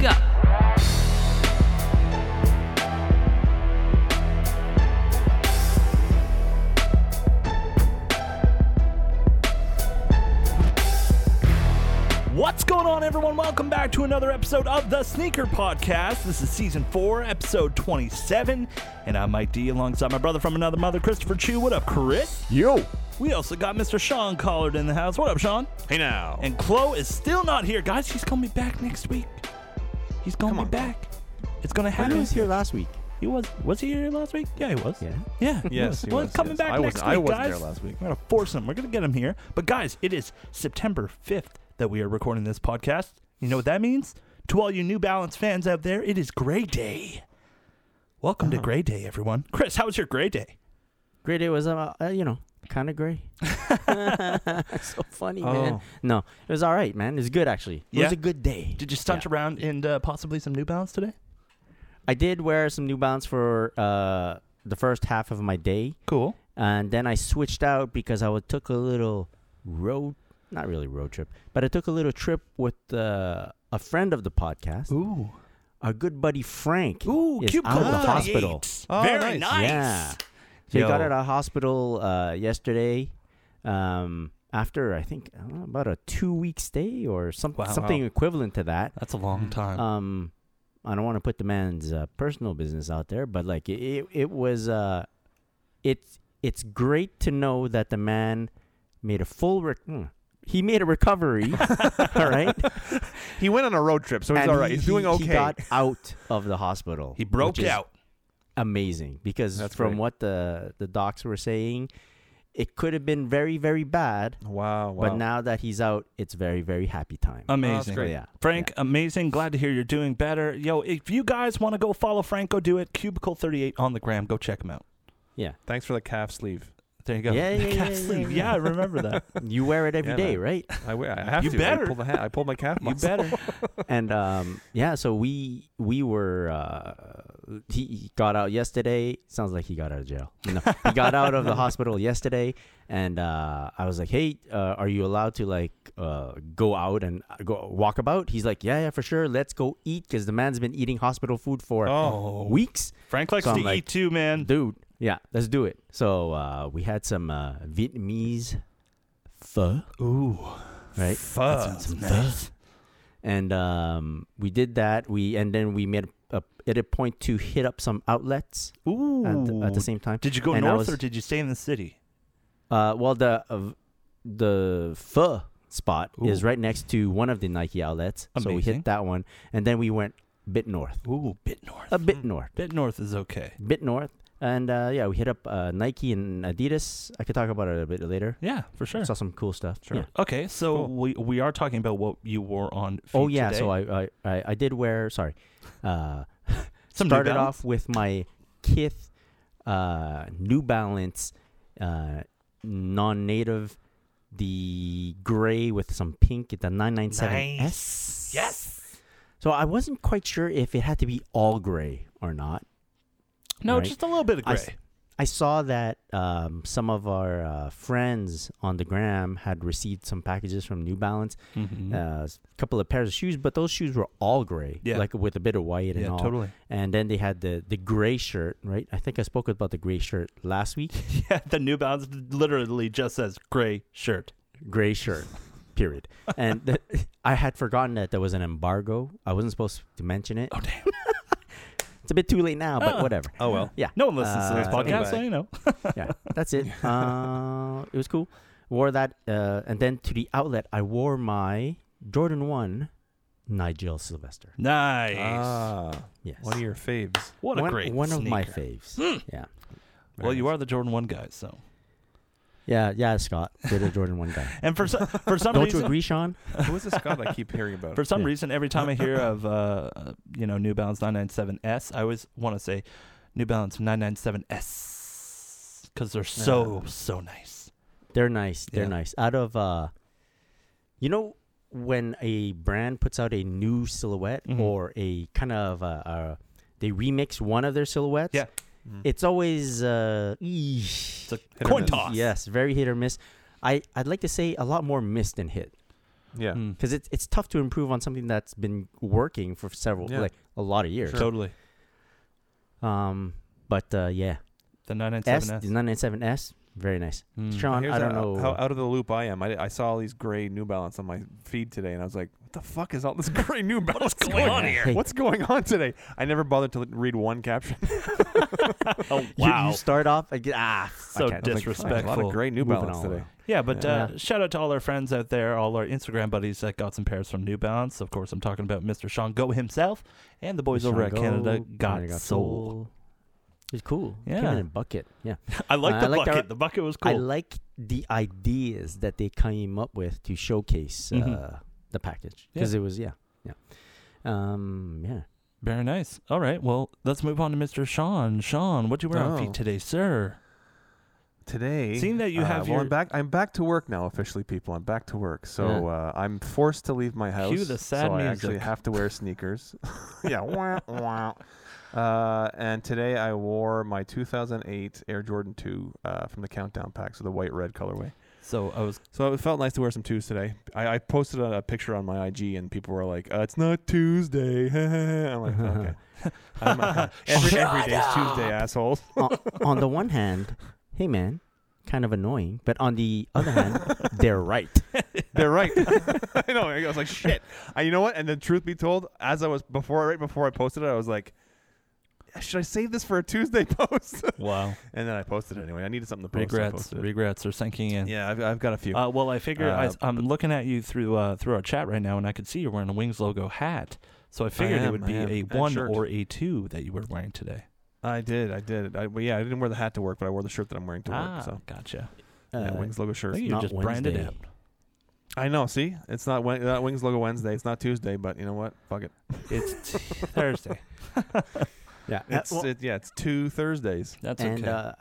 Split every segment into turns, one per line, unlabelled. go.
What's going on, everyone? Welcome back to another episode of the Sneaker Podcast. This is season four, episode 27, and I'm Mike D alongside my brother from another mother, Christopher Chu. What up, Chris?
Yo.
We also got Mr. Sean Collard in the house. What up, Sean?
Hey now.
And Chloe is still not here. Guys, he's going to be back next week. He's going to be back. It's going to happen.
He was here last week.
He was was he here last week? Yeah, he was.
Yeah.
Yeah.
Yes, he
Well,
was,
coming
yes.
back
I
next
wasn't-
week,
I wasn't
guys.
there last week.
We're gonna force him. We're gonna get him here. But guys, it is September fifth that we are recording this podcast. You know what that means? To all you New Balance fans out there, it is Gray Day. Welcome to Gray Day, everyone. Chris, how was your Gray Day?
Gray day was, uh, uh, you know, kind of gray. so funny, man.
Oh.
No, it was all right, man. It was good actually. It
Yeah?
was a good day.
Did you stunt around in uh, possibly some New Balance today?
I did wear some New Balance for uh, the first half of my day,
Cool.
and then I switched out because I wa- took a little road, not really road trip, but I took a little trip with uh, a friend of the podcast,
Ooh.
our good buddy Frank.
Ooh,
is
cute
out of the
call.
hospital.
Oh,
Very nice.
nice.
Yeah. So he got
Yo.
out of hospital uh, yesterday um, after I think I don't know, about a two week stay or some,
Wow.
something equivalent to that.
That's a long time.
Uh-huh.
Um, I don't want to put the man's uh, personal business out there, but like it, it, it was uh, it's it's great to know that the man made a full rec- hmm, he made a recovery. all right,
He went on a road trip, so he's
And
all right.
he-
He's doing
he-
okay.
He got out of the hospital.
he broke
which is
out.
amazing because
That's
from
great.
what the the docs were saying, it could have been very very bad.
wow, wow.
But now that he's out, it's very very happy time.
Amazing.
great.
Oh, Yeah.
Oh, Frank, amazing. Glad to hear you're doing better. Yo, if you guys want to go follow Frank, go do it. Cubicle38 on the gram. Go check him out.
Yeah,
Thanks for the calf sleeve.
There you go.
Yeah, yeah, yeah,
Sleeve.
yeah, yeah.
I remember that.
you wear it every
Yeah,
day,
man.
right?
I, wear- I have
You
to.
better.
I pulled, the hat. I pulled my calf
you
muscle.
better.
and um, yeah, so we we were uh, he, he got out yesterday. Sounds like he got out of jail. No, he got out of the hospital yesterday, and uh, I was like, "Hey, uh, are you allowed to like uh, go out and uh, go walk about?" He's like, "Yeah, yeah, for sure. Let's go eat because the man's been eating hospital food for
Oh.
weeks,
Frank likes
So I'm
to
like-
eat too, man.
dude. Yeah, let's do it." So uh, we had some uh, Vietnamese pho,
Ooh.
right?
Fuck.
and um, we did that. We and then we made a, at a point to hit up some outlets
Ooh.
at, the- at the same time.
Did you go
And I
north
was-
or did you stay in the city?
Uh, well, the uh, the pho spot is
Ooh.
right next to one of the Nike outlets, so we
Amazing.
hit that one, and then we went bit north,
Ooh, bit north.
a bit north,
bit north is okay.
bit north, and uh, yeah, we hit up uh, Nike and Adidas. I could talk about it a bit later.
Yeah, for sure.
Saw some cool stuff.
Sure.
Yeah.
okay, so
Cool.
we we are talking about what you wore on. Feet
Oh yeah,
today.
so I, I I I did wear sorry, uh,
Some New
started
Balance?
off with my Kith uh, New Balance uh, non-native, the gray with some pink, the nine nine seven S.
Yes.
So I wasn't quite sure if it had to be all gray or not.
No,
Right.
just a little bit of
I
gray.
s- I saw that um, some of our uh, friends on the gram had received some packages from New Balance,
Mhm.
a couple of pairs of shoes, but those shoes were all gray,
Yeah.
like with a bit of white and
yeah,
all.
totally.
And then they had the the gray shirt, right? I think I spoke about the gray shirt last week.
Yeah, the New Balance literally just says gray shirt.
gray shirt, period. And th- I had forgotten that there was an embargo. I wasn't supposed to mention it.
Oh damn!
It's a bit too late now, but
Ah.
whatever.
Oh, well.
Yeah.
No one listens to this
Uh,
podcast, so
anyway.
you know.
yeah, that's it. Uh, it was cool. Wore that, uh, and then to the outlet, I wore my Jordan One, Nigel Sylvester.
Nice.
Ah,
Yes,
one of your faves.
what a
Uh, one,
great
one of my
sneaker. Hmm.
faves. Yeah,
Well,
Very
you
nice.
are the Jordan One guy, so.
yeah, yeah. Scott, you're the Jordan One guy.
And for some, for some
Don't
reason,
you agree, Sean?
Who is this guy that I keep hearing about?
for some
Yeah.
reason, every time I hear of uh, uh, you know New Balance 997S, I always want to say New Balance 997S because they're so so nice.
They're nice. They're
Yeah.
nice. Out of uh, you know when a brand puts out a new silhouette
Mm-hmm.
or a kind of uh, uh, they remix one of their silhouettes,
Yeah.
Mm.
it's always uh, eesh.
It's a
or
coin
miss.
toss.
yes, very hit or miss. I I'd like to say a lot more miss than hit
Yeah.
Mm.
because it's it's tough to improve on something that's been working for several
Yeah.
like a lot of years.
Sure.
Totally.
Um, but uh, yeah,
The
S
997S.
the 997S, very nice.
Mm.
Sean,
Here's
I don't
how,
know.
how out of the loop I am. I, I saw all these gray New Balance on my feed today, and I was like, "What the fuck is all this gray New Balance
going on here?
Hey.
What's going on today?" I never bothered to l- read one caption.
Oh,
You-
wow.
You, start off like, ah,
so
I was
fuck it.
like, "Fuck, there's A lot
disrespectful.
of gray New
Moving
Balance
on.
today.
Yeah, but
Yeah.
Uh, shout out to all our friends out there, all our Instagram buddies that got some pairs from New Balance. Of course, I'm talking about Mr. Sean Go himself and the boys over at
Shango,
Canada Got,
Canada
Soul.
It's cool. It Came
Yeah.
in a bucket. Yeah.
I like
Uh,
the
I liked
bucket.
our-
the bucket was
I
cool.
like the ideas that they came up with to showcase
Mhm.
uh, the package because it was yeah yeah um yeah
Very nice. All right, well, let's move on to Mr. Sean. Sean, what you wear on
Oh.
feet today, sir?
Today,
Seeing that you
uh,
have
well,
your-
I'm back. I'm back to work now officially, people. I'm back to work, so
Yeah.
uh, I'm forced to leave my house.
the sad
so I actually
music.
have to wear sneakers. yeah. Wah, wah. Uh, and today I wore my 2008 Air Jordan 2 uh, from the Countdown pack, so the white red colorway.
So I was
So it felt nice to wear some twos today. I, I posted a, a picture on my IG and people were like, uh, "It's not Tuesday." I'm like, "Okay." I'm, uh, every every day is Tuesday, assholes.
on, on the one hand hey man kind of annoying but on the other hand they're right
They're right. I know. I was like, "Shit." I, you know what? And then, truth be told, as I was before, right before I posted it, I was like, "Should I save this for a Tuesday post?"
wow.
and then I posted it anyway. I needed something to post. so I
Regrets,
posted it.
regrets are sinking in.
yeah, I've, I've got a few.
Uh, well, I figure I,
Uh,
am looking at you through uh, through our chat right now, and I could see you're wearing a Wings logo hat. So I figured it
am,
would
I
be
am.
a
And
one
shirt.
or a two that you were wearing today.
I did. I did. I, well, yeah, I didn't wear the hat to work, but I wore the shirt that I'm wearing to
ah,
work. So
gotcha.
yeah,
Uh,
Wings logo shirt.
I think you
not
just branded
Wednesday.
out.
I know. See, it's not Wen- not Wings logo Wednesday. It's not Tuesday, but you know what? Fuck it.
It's Thursday.
yeah uh,
It's
well,
it, yeah. It's two Thursdays.
That's
and
okay.
uh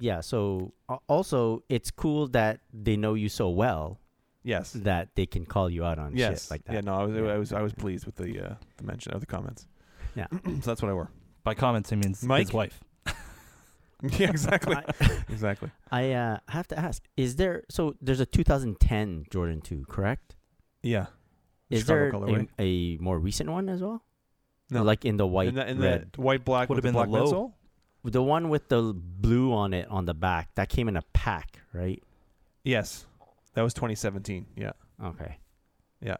yeah so uh, also it's cool that they know you so well
Yes.
that they can call you out on
Yes.
shit like that
Yeah. No, I was
Yeah.
I was I was pleased with the uh, the mention of the comments.
Yeah.
so that's what I wore.
By comments, he means his
Mike?
wife.
yeah. Exactly.
I-
exactly.
I uh, have to ask: Is there so? There's a 2010 Jordan two, correct?
Yeah. The
Is there
Chicago
a,
colorway.
a more recent one as well?
No.
like in the white,
and the, and
red,
the white black
Would've
would have been
been the
black
low.
midsole.
the, one with the blue on it on the back that came in a pack, right?
Yes. That was 2017. Yeah.
Okay.
Yeah.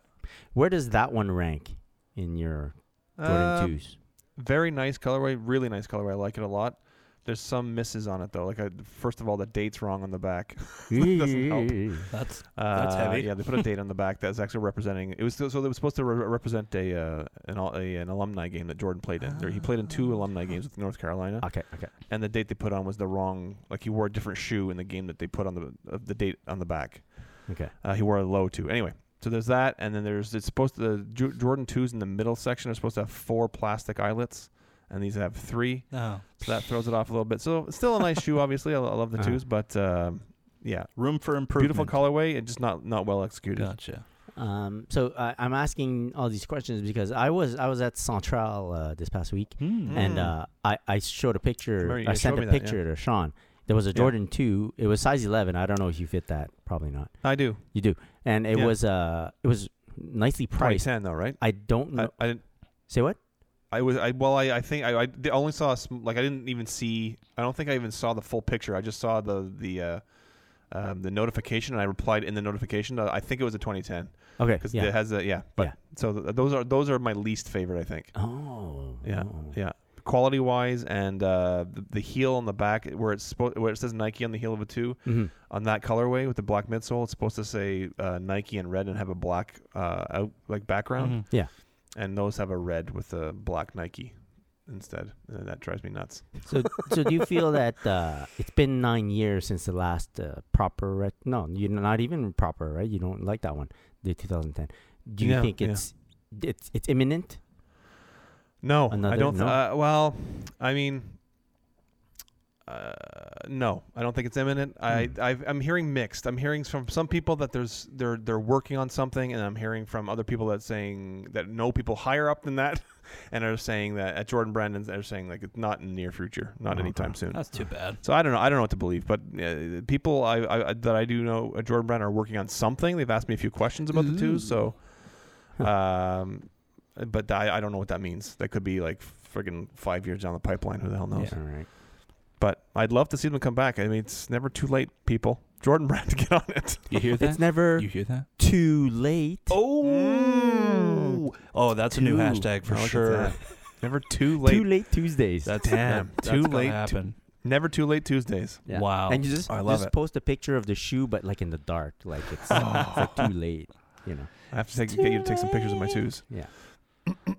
Where does that one rank in your Jordan
Uh,
twos?
Very nice colorway. Really nice colorway. I like it a lot. There's some misses on it though. Like I, first of all, the date's wrong on the back. doesn't help.
That's
Uh,
heavy.
Yeah, they put a date on the back that's actually representing. It was so it was supposed to re- represent a, uh, an al- a an alumni game that Jordan played in. There, he played in
Ah.
two alumni games with North Carolina,
Okay. Okay.
and the date they put on was the wrong. Like he wore a different shoe in the game that they put on the uh, the date on the back.
Okay.
Uh, he wore a low two. Anyway, so there's that, and then there's it's supposed to the Ju- Jordan twos in the middle section are supposed to have four plastic eyelets, and these have three.
Oh.
So that throws it off a little bit. So still a nice shoe, obviously. I, lo- I love the
Uh-huh.
twos, but um, yeah,
Room for improvement.
beautiful colorway and just not not well executed.
Gotcha.
Um, so uh, I'm asking all these questions because I was I was at Central uh, this past week.
Hmm.
and
Mm.
uh, I, I showed a picture.
remember you
I
showed
sent a
me that, yeah.
picture to Sean. There was a Jordan two. It was size eleven. I don't know if you fit that. Probably not.
I do.
You do. And it
Yeah.
was uh, it was nicely priced.
2010 though, right?
I don't know.
I, I didn't.
Say what?
I was. I well. I, I think I, I d- only saw a sm- like I didn't even see. I don't think I even saw the full picture. I just saw the the uh, um, the notification, and I replied in the notification. uh, I think it was a 2010
Okay.
because
Yeah.
it has a yeah. But
Yeah.
so th- those are those are my least favorite. I think.
oh.
Yeah.
oh.
Yeah. Quality wise, and uh, the, the heel on the back where it's supposed where it says Nike on the heel of a two
Mhm.
on that colorway with the black midsole, it's supposed to say uh, Nike in red and have a black uh, out like
Mhm.
background.
Yeah.
and those have a red with a black Nike instead. And that drives me nuts.
So so do you feel that uh, it's been nine years since the last uh, proper? Rec- no, you're not even proper, right? You don't like that one, the 2010. Do you
Yeah,
think
yeah.
it's it's it's imminent?
No,
Another
I don't. th-
no?
Uh, well, I mean, Uh, no, I don't think it's imminent. I I've, I'm hearing mixed. I'm hearing from some people that there's they're they're working on something, and I'm hearing from other people that saying that know people higher up than that, and are saying that at Jordan Brandon's they're saying like it's not in the near future, not anytime soon.
That's too bad.
So I don't know. I don't know what to believe, but uh, people I, I I- that I do know at Jordan Brand are working on something. They've asked me a few questions about the two. So, um, but I, I don't know what that means. That could be like friggin' five years down the pipeline. Who the hell knows?
Yeah.
All right.
But I'd love to see them come back. I mean, it's never too late, people. Jordan Brand to get on it.
You hear that?
It's never
you hear that?
too late.
Oh, oh, that's a new
Two.
hashtag for
Now look at
sure.
that. never too late.
Too late Tuesdays.
That's
Damn,
that-
too
that's gonna
late to-
Happen.
Never too late Tuesdays.
Yeah.
Wow.
And you just,
I love
just
it.
post a picture of the shoe, but like in the dark, like it's, it's like too late. You know.
I have to take, get you to take some pictures of my twos.
Yeah.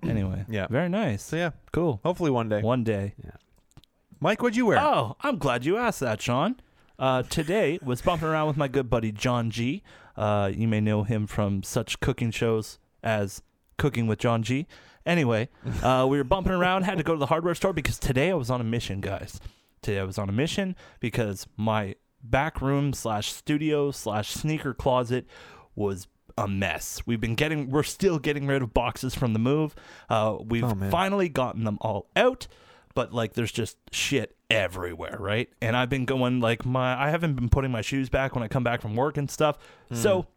anyway,
Yeah.
very nice.
So yeah,
Cool.
hopefully one day.
One day.
Mike, what'd you wear?
Oh, I'm glad you asked that, Sean. Uh, today was bumping around with my good buddy John G. Uh, you may know him from such cooking shows as Cooking with John G. Anyway, uh, we were bumping around, had to go to the hardware store because today I was on a mission, guys. Today I was on a mission because my back room slash studio slash sneaker closet was a mess. We've been getting, we're still getting rid of boxes from the move. Uh, we've
Oh, man.
finally gotten them all out, but like there's just shit everywhere, right? And I've been going like my, I haven't been putting my shoes back when I come back from work and stuff.
Hmm.
So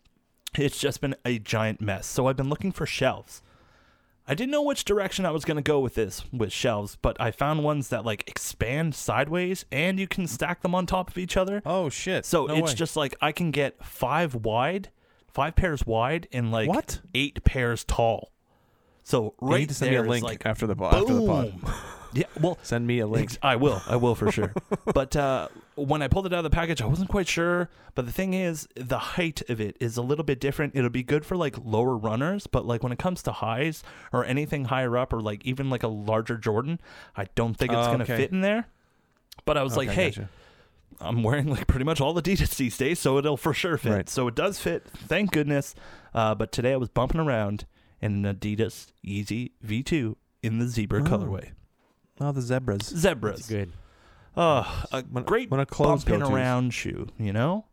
it's just been a giant mess. So I've been looking for shelves. I didn't know which direction I was going to go with this with shelves, but I found ones that like expand sideways and you can stack them on top of each other.
Oh shit.
So
No
it's
way.
just like I can get five wide, five pairs wide, and like
What?
eight pairs tall. So
You
right
need to send me
there
a
is,
link
like
after the po-
boom.
after the pod.
yeah, well,
Send me a link.
Ex- I will. I will for sure. but uh, when I pulled it out of the package, I wasn't quite sure. But the thing is, the height of it is a little bit different. It'll be good for like lower runners, but like when it comes to highs or anything higher up, or like even like a larger Jordan, I don't think it's
Oh,
gonna
okay.
fit in there. But I was like,
Okay,
hey,
gotcha.
I'm wearing like pretty much all the Adidas these days, so it'll for sure fit.
Right.
So it does fit, thank goodness. Uh, but today I was bumping around in an Adidas Yeezy V2 in the zebra colorway.
Oh, the zebras.
Zebras.
Good.
Oh, a
When-
great
when a clothes
bumping
go-tos.
around shoe. You know,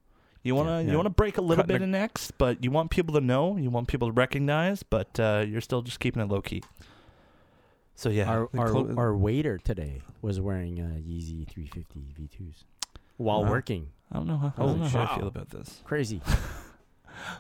you wanna
yeah.
you wanna break a little
Cutting
bit
a-
of necks, but you want people to know, you want people to recognize, but uh, you're still just keeping it low key. So yeah,
Our,
the
our,
clo-
our waiter today was wearing uh, Yeezy 350 V2s while
Wow.
working.
Uh, I don't know how, I
Holy
don't know how I
shit.
feel about this.
Crazy.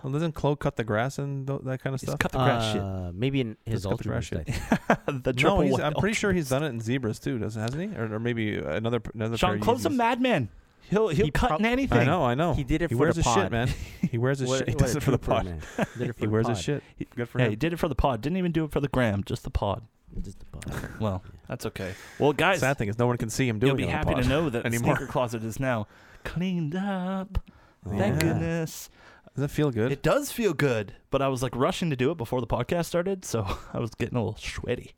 Well, doesn't Chloe cut the grass and th- that kind of
He's
stuff?
cut the grass
Uh, Maybe in his
Just cut the
ultra
grass
boost, I
shit.
think.
shit. the
no,
triple
he's,
wide
I'm pretty
ultra.
sure he's done it in zebras too, doesn't hasn't he? Or, or maybe another another pair
Sean
of
Clove's a
Yeezys.
madman. He'll he'll
He
cut
prob-
in
I
anything.
I know, I know.
He did it
He
for
wears
the
his shit,
pod.
man. He wears his
What-
shit. He
what a
does it for the
trooper,
pod.
man. Did it for
He
the
wears
pod.
his shit. Good for
Yeah, he
him.
did it for the pod. Didn't even do it for the gram, just the pod.
Just the pod.
Well, that's okay. Well, guys,
Sad thing is, no one can see him doing
you'll be
it. on the
happy
pod.
to know that the
anymore.
sneaker closet is now cleaned up. Thank
Yeah.
goodness.
Does it feel good?
It does feel good, but I was like rushing to do it before the podcast started, so I was getting a little sweaty.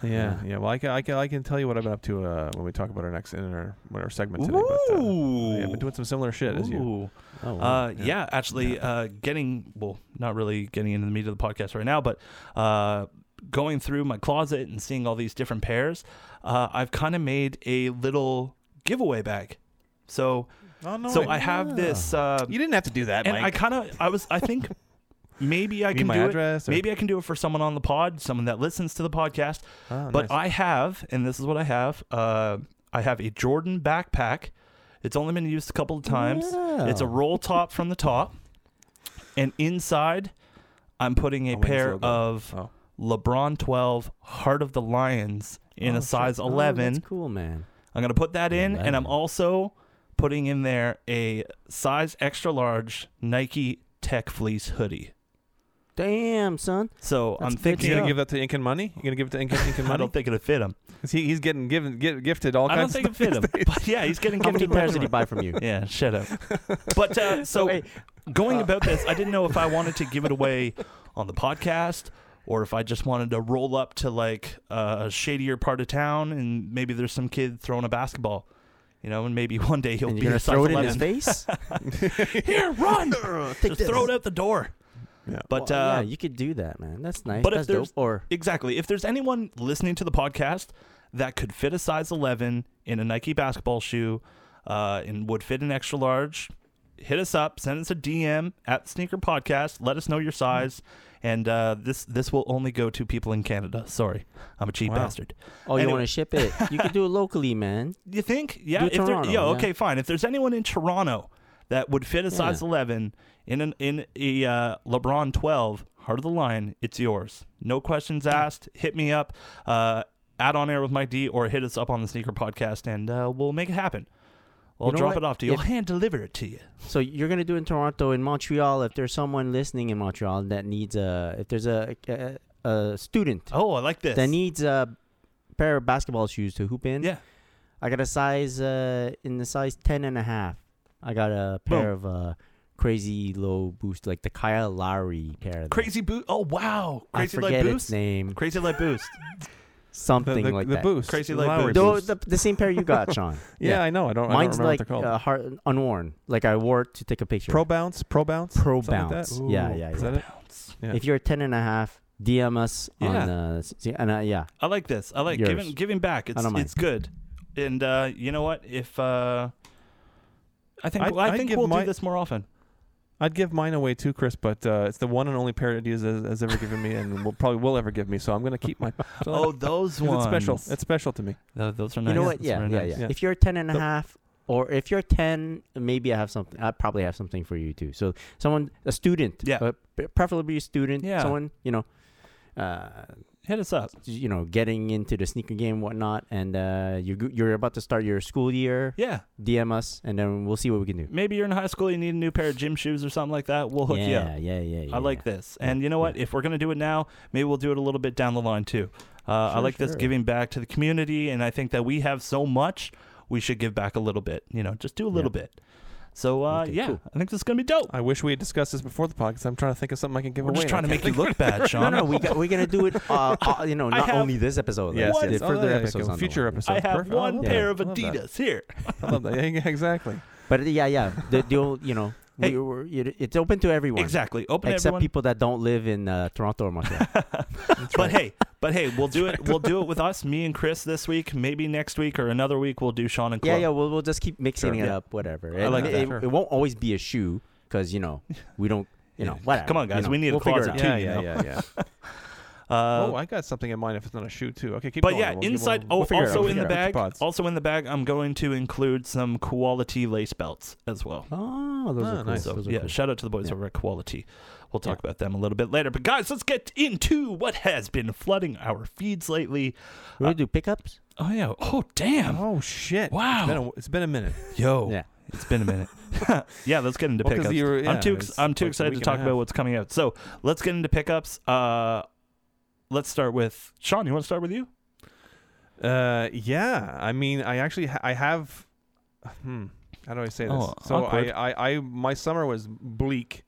yeah,
Yeah.
yeah. Well, I can, I can, I can tell you what I've been up to uh, when we talk about our next in our when our segment today. But, uh, yeah, I've been doing some similar shit as you.
Ooh.
Oh, wow.
Uh, yeah. actually, uh, getting well, not really getting into the meat of the podcast right now, but uh, going through my closet and seeing all these different pairs, uh, I've kind of made a little giveaway bag. So,
Oh no!
so I have this. Uh,
You didn't have to do that,
and I
Mike.
kind of, I was, I think maybe I
Need
can
my
do it.
address or-
Maybe I can do it for someone on the pod, someone that listens to the podcast.
Oh,
but
nice.
I have, and this is what I have. Uh, I have a Jordan backpack. It's only been used a couple of times. It's a
Wow.
roll top from the top, and inside, I'm putting a
I'm waiting for
pair
logo.
of
Oh.
LeBron 12 Heart of the Lions in
Oh,
a
shit.
size
Oh,
11.
that's cool, man.
I'm gonna put that in, and I'm
11.
also putting in there a size extra large Nike Tech fleece hoodie.
Damn, son.
So
That's
I'm
good
thinking,
You
Yeah.
gonna give that to Incan Money? You gonna give it to Incan, Incan
I
Money?
don't think it'll fit him.
'Cause he, he's getting given get, gifted all
I don't
kinds
think
of
it fit him. But yeah, he's getting
How many
gifted merchandise.
pairs did he buy from you?
Yeah, shut up. But uh, so
hey,
going about this, I didn't know if I wanted to give it away on the podcast or if I just wanted to roll up to like a shadier part of town and maybe there's some kid throwing a basketball, you know, and maybe one day he'll
And
be
you're
a
gonna
size
throw it in his
11.
face?
Here, run!
Take
just throw it
this.
out the door.
Yeah.
But
Well,
uh,
yeah, you could do that, man. That's nice.
but if
That's
there's-
dope. Or
exactly, if there's anyone listening to the podcast that could fit a size 11 in a Nike basketball shoe uh, and would fit an extra large, hit us up. Send us a DM at Sneaker Podcast. Let us know your size. And uh, this this will only go to people in Canada. Sorry, I'm a cheap
Wow.
bastard.
Oh, you
Anyway-
want to ship it? You can do it locally, man.
You think? Yeah.
Do
if there-
Toronto,
yeah,
yeah.
Okay. Fine. If there's anyone in Toronto that would fit a size
Yeah.
11 in an in a uh, LeBron 12 heart of the line, it's yours. No questions asked. Hit me up. Uh, at on air with Mike D, or hit us up on the sneaker podcast, and uh, we'll make it happen. I'll
You know
drop
what?
it off to you.
If-
I'll hand deliver it to you.
So you're gonna do it in Toronto, in Montreal. If there's someone listening in Montreal that needs a, if there's a a, a student
Oh, I like this.
that needs a pair of basketball shoes to hoop in,
yeah.
I got a size uh, in the size 10 and a half. I got a pair of uh, crazy low boost, like the Kyle Lowry pair. that-
Crazy boot. Oh wow.
I
Crazy
forget
leg
its
boost.
name.
Crazy leg boost.
Something
the, the,
like
the
that.
boost,
Crazy
the
like
Lowry
boost.
No,
boost.
the, the same pair you got, Sean.
yeah, I know. I don't.
Mine's
I don't remember
like
what they're
uh,
called.
hard, unworn. Like I wore it to take a picture.
Pro bounce. Pro bounce.
Pro
something like that?
bounce. Yeah,
Ooh,
yeah,
Is
yeah.
that it? yeah.
If you're 10 and a half, DM us on.
Yeah.
Uh, s- and uh, yeah.
I like this. I like
Yours.
giving giving back. It's
don't mind.
it's good. And uh, you know what? If uh, I think
I-
I,
I'd
think
give
we'll
my-
do this more often.
I'd give mine away too, Chris, but uh, it's the one and only pair Adidas has, has ever given me, and will, probably will ever give me. So I'm gonna keep mine.
Oh, those
'Cause
ones.
it's special. It's special to me.
Tho- those are nice.
You know what?
Those
Yeah,
are
yeah,
nice.
yeah,
Yeah.
If you're 10 and a
The-
half, or if you're 10, maybe I have something. I probably have something for you too. So someone, a student,
Yeah.
uh, pre- preferably a student,
Yeah.
someone, you know, uh,
Hit us up.
you know, getting into the sneaker game, whatnot, and uh, you're go- you're about to start your school year.
Yeah,
DM us, and then we'll see what we can do.
maybe you're in high school. You need a new pair of gym shoes or something like that. We'll hook you up.
yeah, yeah, yeah, yeah.
I like this. And you know what? If we're going to do it now, maybe we'll do it a little bit down the line too. Uh, I
Sure,
like this
sure.
giving back to the community, and I think that we have so much, we should give back a little bit. You know, just do a little bit. So uh,
Okay,
yeah,
cool.
I think this is going to be dope.
I wish we had discussed this before the podcast. I'm trying to think of something I can give
We're
away.
just trying to
and I
make
can't
you look bad,
No,
Sean.
no, we got, we're gonna do it. Uh, uh, you know,
I
not
have-
only this episode,
Yes,
like,
yes.
the
Oh,
further
yeah,
episodes, on the
future
way.
episodes.
I have
Perfect. I
one
love
pair of
that. I love that.
Adidas here.
think- I love that. Yeah, exactly.
But yeah, yeah, the, the old, you know,
Hey.
we, we're, it- it's open to everyone.
Exactly. Open to
Except
everyone.
people that don't live in uh, Toronto or Montreal.
But hey, but hey, we'll do it. We'll do it with us, me and Chris this week. Maybe next week or another week we'll do Sean and
yeah,
Chloe.
yeah, we'll, we'll just keep mixing
Sure.
it
Yeah.
up, whatever.
I like
it,
that.
It,
Sure.
it won't always be a shoe because you know we don't, you know, whatever.
Come on, guys,
you know,
we need a
we'll figure it
closet
out.
too.
Yeah,
you
yeah,
know.
yeah, yeah.
Uh,
oh, I got something in mind. If it's not a shoe, too. Okay, keep
but
going.
yeah,
We'll give-
inside.
we'll- we'll
oh,
figure it out.
also
We'll
in
figure
the
it out. Two
bag.
pods.
Also in the bag, I'm going to include some quality lace belts as well.
Oh, those
Ah,
are cool.
nice.
So
Those are
yeah,
cool.
shout out to the boys
Yeah.
over at Quality. We'll talk about them a little bit later. But guys, let's get into what has been flooding our feeds lately.
we do pickups.
Oh yeah. Oh damn.
Oh shit!
Wow.
It's been a, it's been a minute.
Yo.
Yeah.
It's been a minute. yeah, let's get into
Well, 'cause
pickups.
you were- yeah,
I'm too ex-
it's
I'm too
like a
excited
week
to
and
talk
a half.
about what's coming out. So let's get into pickups. Uh, let's start with Sean. You want to start with you?
Uh, yeah. I mean, I actually ha- I have. Hmm. How do I say this?
Oh,
so I,
awkward.
I I my summer was bleak,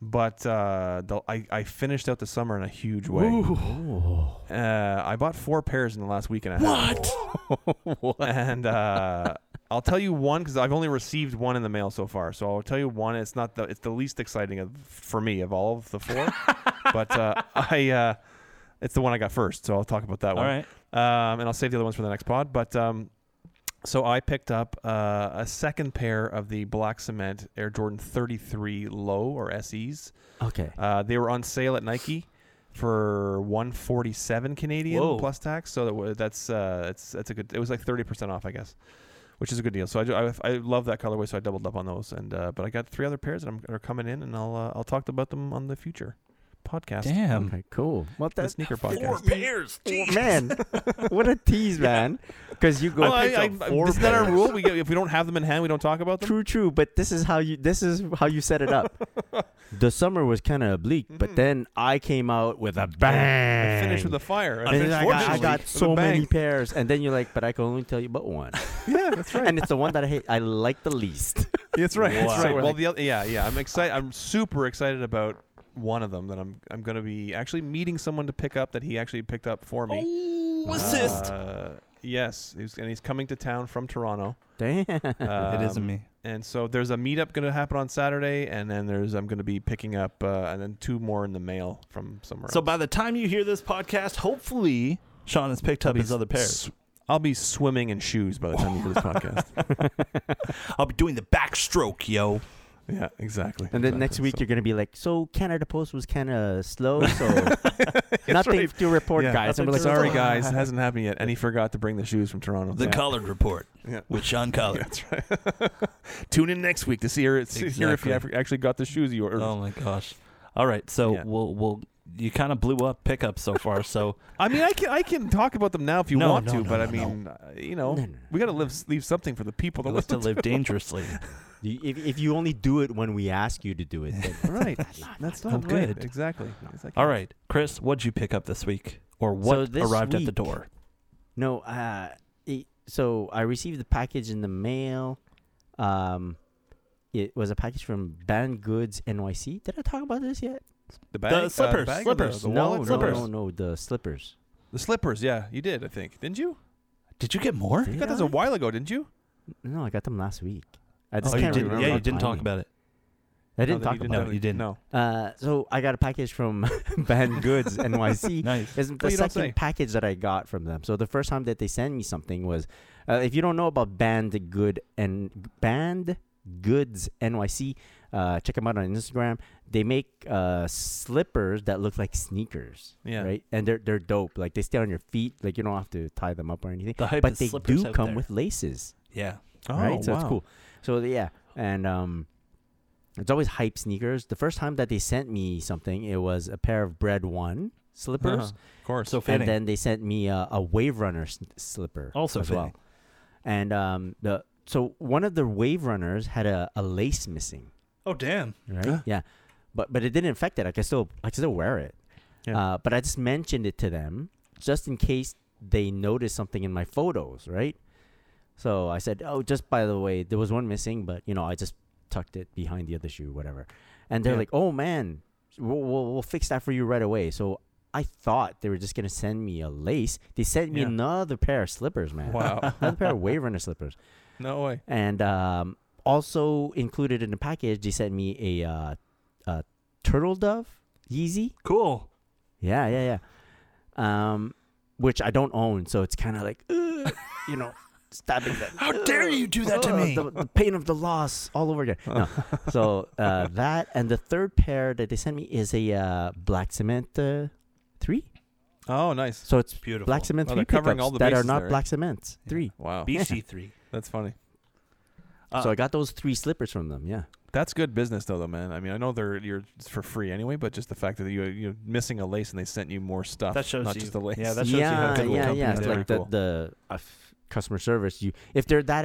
but uh, the, I I finished out the summer in a huge way.
Oh,
Uh, I bought four pairs in the last week and a half.
What?
And uh, I'll tell you one because I've only received one in the mail so far. So I'll tell you one. It's not the it's the least exciting of, for me of all of the four, but uh, I uh, it's the one I got first. So I'll talk about that
All
one.
right.
Um, and I'll save the other ones for the next pod. But um, so I picked up uh, a second pair of the Black Cement Air Jordan 33 Low or SEs.
okay.
Uh, they were on sale at Nike for 147 Canadian
Whoa.
plus tax. So that wa- that's uh, that's that's a good. It was like 30 percent off, I guess, which is a good deal. So I, ju- I, I love that colorway, so I doubled up on those. And uh, but I got three other pairs that I'm, are coming in, and I'll uh, I'll talk about them on the future podcast.
Damn.
Okay, cool. Well,
The
that's
sneaker
Four
podcast.
pairs.
Oh,
Jeez.
man, what a tease, man. Because you go.
Well, Oh, I- I- isn't that our rule? We get, if we don't have them in hand, we don't talk about them.
True, true. But this is how you this is how you set it up. the summer was kind of bleak, but then I came out with a bang.
I finished with a fire.
and then I got, I
Unfortunately,
got
with a
so many
bang.
pairs, and then you're like, but I can only tell you about one,
Yeah, that's right.
and it's the one that I hate. I like the least.
That's right.
Wow.
That's
So
right.
we're
Well,
like-
the other, yeah, yeah. I'm excited. I'm super excited about one of them that I'm I'm going to be actually meeting someone to pick up that he actually picked up for me.
Ooh, assist.
Uh, yes, he's, and he's coming to town from Toronto.
Damn.
Um,
it isn't me.
And so there's a meetup going to happen on Saturday, and then there's I'm going to be picking up uh, and then two more in the mail from somewhere.
So
else.
by the time you hear this podcast, hopefully Sean has picked up his other pairs.
S- I'll be swimming in shoes by the time you do this podcast.
I'll be doing the backstroke, yo.
Yeah, exactly.
And then
exactly.
next week
So-
you're gonna be like, so Canada Post was kind of slow, so
That's
nothing
right.
to report,
Yeah,
guys. And we're like,
nothing to
sorry
sorry,
report.
guys, it hasn't happened yet. And he forgot to bring the shoes from Toronto.
The
Yeah.
Collard Report
Yeah.
with Sean Collard.
That's right. Tune in next week to see, her, see hear if you
Exactly.
ac- actually got the shoes you ordered.
Oh my gosh. All right, so
Yeah.
we'll we'll you kind of blew up pickups so far, so
I mean, I can I can talk about them now if you
No,
want
no,
to,
no,
but I
no, no.
mean, uh, you know,
No, no, no.
we got to live leave something for the people that
we'll have to
listen
live dangerously.
You- if, if you only do it when we ask you to do it, then
to- Right. That's not
I'm
right.
good.
Exactly.
No.
It's like-
All right, Chris, what'd you pick up this week, or
So
what
this
arrived at the
week-
door?
No, uh, it, so I received the package in the mail. Um, it was a package from Band Goods NYC. Did I talk about this yet?
The, bag, uh,
slippers,
bag or
slippers.
The, the
no,
wallet?
no,
slippers.
no, no, the slippers.
The slippers. Yeah, you did. I think. Didn't you?
Did you get more?
You
Did
got those a
I?
while ago, didn't you?
No, I got them last week. I
Oh,
just
you
can't
didn't.
remember
Yeah, you
what
didn't talk
timing.
about it.
I didn't
no,
talk about
No, you didn't.
No.
it. Uh, so I got a package from Band Goods NYC.
Nice.
It's the
you don't say.
second package that I got from them. So the first time that they sent me something was, uh, if you don't know about Band Good and Band Goods NYC, uh, check them out on Instagram. They make uh, slippers that look like sneakers,
Yeah.
right? And they're they're dope. Like they stay on your feet. Like you don't have to tie them up or anything.
The hype
But
is
they
slippers
do
out
come
there.
with laces
yeah.
Oh,
right? So
wow.
it's cool. So yeah, and um, it's always hype sneakers. The first time that they sent me something, it was a pair of Bread One slippers,
Uh-huh. Of course.
So
and
fitting.
then they sent me a, a Wave Runner s- slipper
Also
as well.
fitting.
And um, the so one of the Wave Runners had a, a lace missing,
oh damn.
right?
Yeah.
Yeah, but but it didn't affect it. I could still I could still wear it.
Yeah.
Uh, but I just mentioned it to them just in case they noticed something in my photos, right? So I said, "Oh, just by the way, there was one missing, but you know, I just tucked it behind the other shoe, whatever." And they're
Yeah.
like, "Oh man, we'll, we'll we'll fix that for you right away." So I thought they were just gonna send me a lace. They sent me
Yeah.
another pair of slippers, man.
Wow.
another pair of Wave Runner slippers,
no way.
and um, also included in the package, they sent me a, uh, a turtle dove Yeezy.
Cool.
Yeah, yeah, yeah. Um, which I don't own, so it's kind of like, ugh, you know, stabbing that.
How dare you do that to
ugh,
me?
Uh, The, the pain of the loss all over again. No, so uh, that and the third pair that they sent me is a uh, black cement uh, three.
Oh, nice.
So it's
Beautiful.
black cement
Well, they're
three
covering
pickups
all the
that are
bases
not
there, eh?
black cement three.
Wow.
BC3.
That's funny.
Uh,
so I got those three slippers from them. Yeah.
That's good business, though, though, man. I mean, I know they're you're it's for free anyway, but just the fact that you you're missing a lace and they sent you more stuff.
That shows
not
you-
just the lace.
yeah, that shows you how
yeah,
good of a
yeah,
company
yeah.
they
It's
are.
like
Cool.
the the uh, f- customer service. You if they're that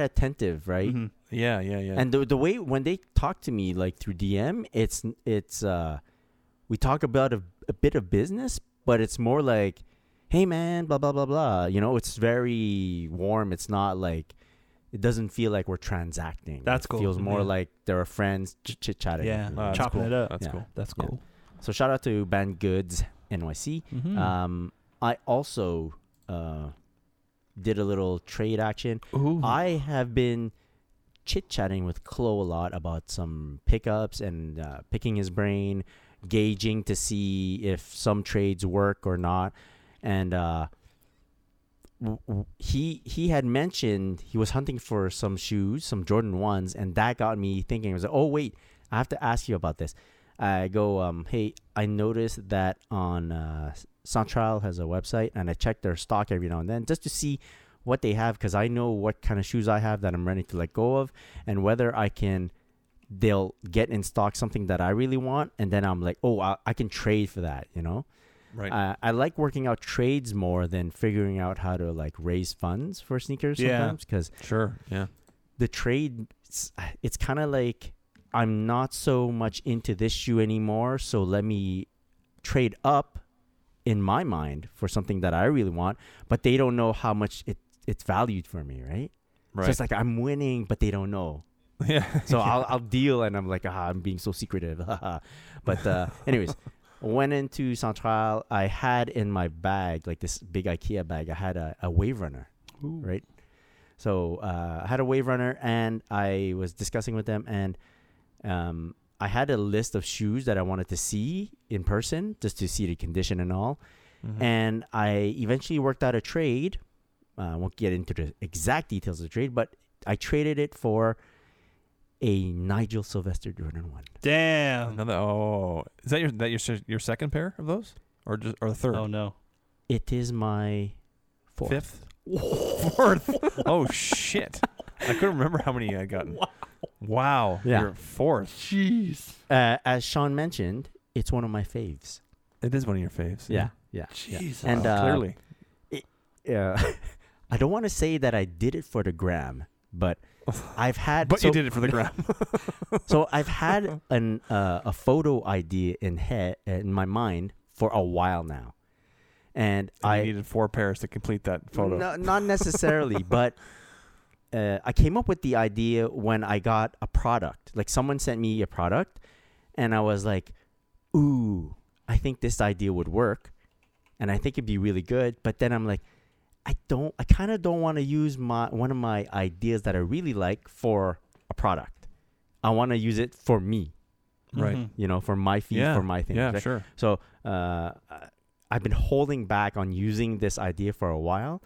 attentive, right?
Mhm.
yeah, yeah, yeah.
And the the way when they talk to me like through DM, it's it's uh we talk about a, a bit of business, but it's more like, hey man, blah blah blah blah. You know, it's very warm. It's not like it doesn't feel like we're transacting.
That's
it
cool.
Feels more
Yeah.
like there are friends ch- chit chatting.
Yeah. uh,
you
Ah,
know?
that's
chopping
cool.
it up.
That's
Yeah.
cool.
That's
Yeah.
cool.
So shout out to Band Goods NYC.
Mhm.
Um, I also uh, did a little trade action.
Hmm. uh,
I have been chit chatting with Chloe a lot about some pickups and uh, picking his brain, gauging to see if some trades work or not. And uh, w- w- he he had mentioned he was hunting for some shoes, some Jordan ones, and that got me thinking. I was like, oh wait, I have to ask you about this. I go, um, hey, I noticed that on uh, Santrial has a website, and I check their stock every now and then just to see what they have because I know what kind of shoes I have that I'm ready to let go of and whether I can they'll get in stock something that I really want and then I'm like oh I, I can trade for that you know
right.
uh, I like working out trades more than figuring out how to like raise funds for sneakers
Yeah.
sometimes because
sure. Yeah.
the trade it's, it's kind of like I'm not so much into this shoe anymore so let me trade up in my mind for something that I really want but they don't know how much it it's valued for me right
Right.
so it's like I'm winning, but they don't know.
yeah.
So I'll, I'll deal, and I'm like, ah, I'm being so secretive. but uh, anyways, went into Central. I had in my bag, like this big IKEA bag, I had a, a Wave Runner, right? So uh, I had a Wave Runner, and I was discussing with them, and um, I had a list of shoes that I wanted to see in person, just to see the condition and all
Mhm.
and I eventually worked out a trade. Uh, I won't get into the exact details of the trade, but I traded it for a Nigel Sylvester Jordan one.
Damn.
Another. Oh, is that your that your se- your second pair of those, or just or the third?
Oh no.
It is my fourth.
Fifth. Fourth. oh shit! I couldn't remember how many I had gotten. Wow.
Yeah.
You're fourth.
Jeez.
Uh, as Sean mentioned, it's one of my faves.
It is one of your faves.
yeah.
Jesus.
And uh,
Oh, Clearly.
yeah, I don't want to say that I did it for the gram, but I've had.
But
so,
you did it for the gram.
so I've had an uh, a photo idea in head in my mind for a while now, and I
I needed four pairs to complete that photo.
No, not necessarily, but uh, I came up with the idea when I got a product. Like someone sent me a product, and I was like, "Ooh, I think this idea would work, and I think it'd be really good." But then I'm like, "I don't. I kind of don't want to use my one of my ideas that I really like for a product. I want to use it for me,
Right.
Mhm.
you know, for my feed,
Mm-hmm. Yeah.
for my thing.
Yeah,
Like,
sure.
so uh, I- I've been holding back on using this idea for a while,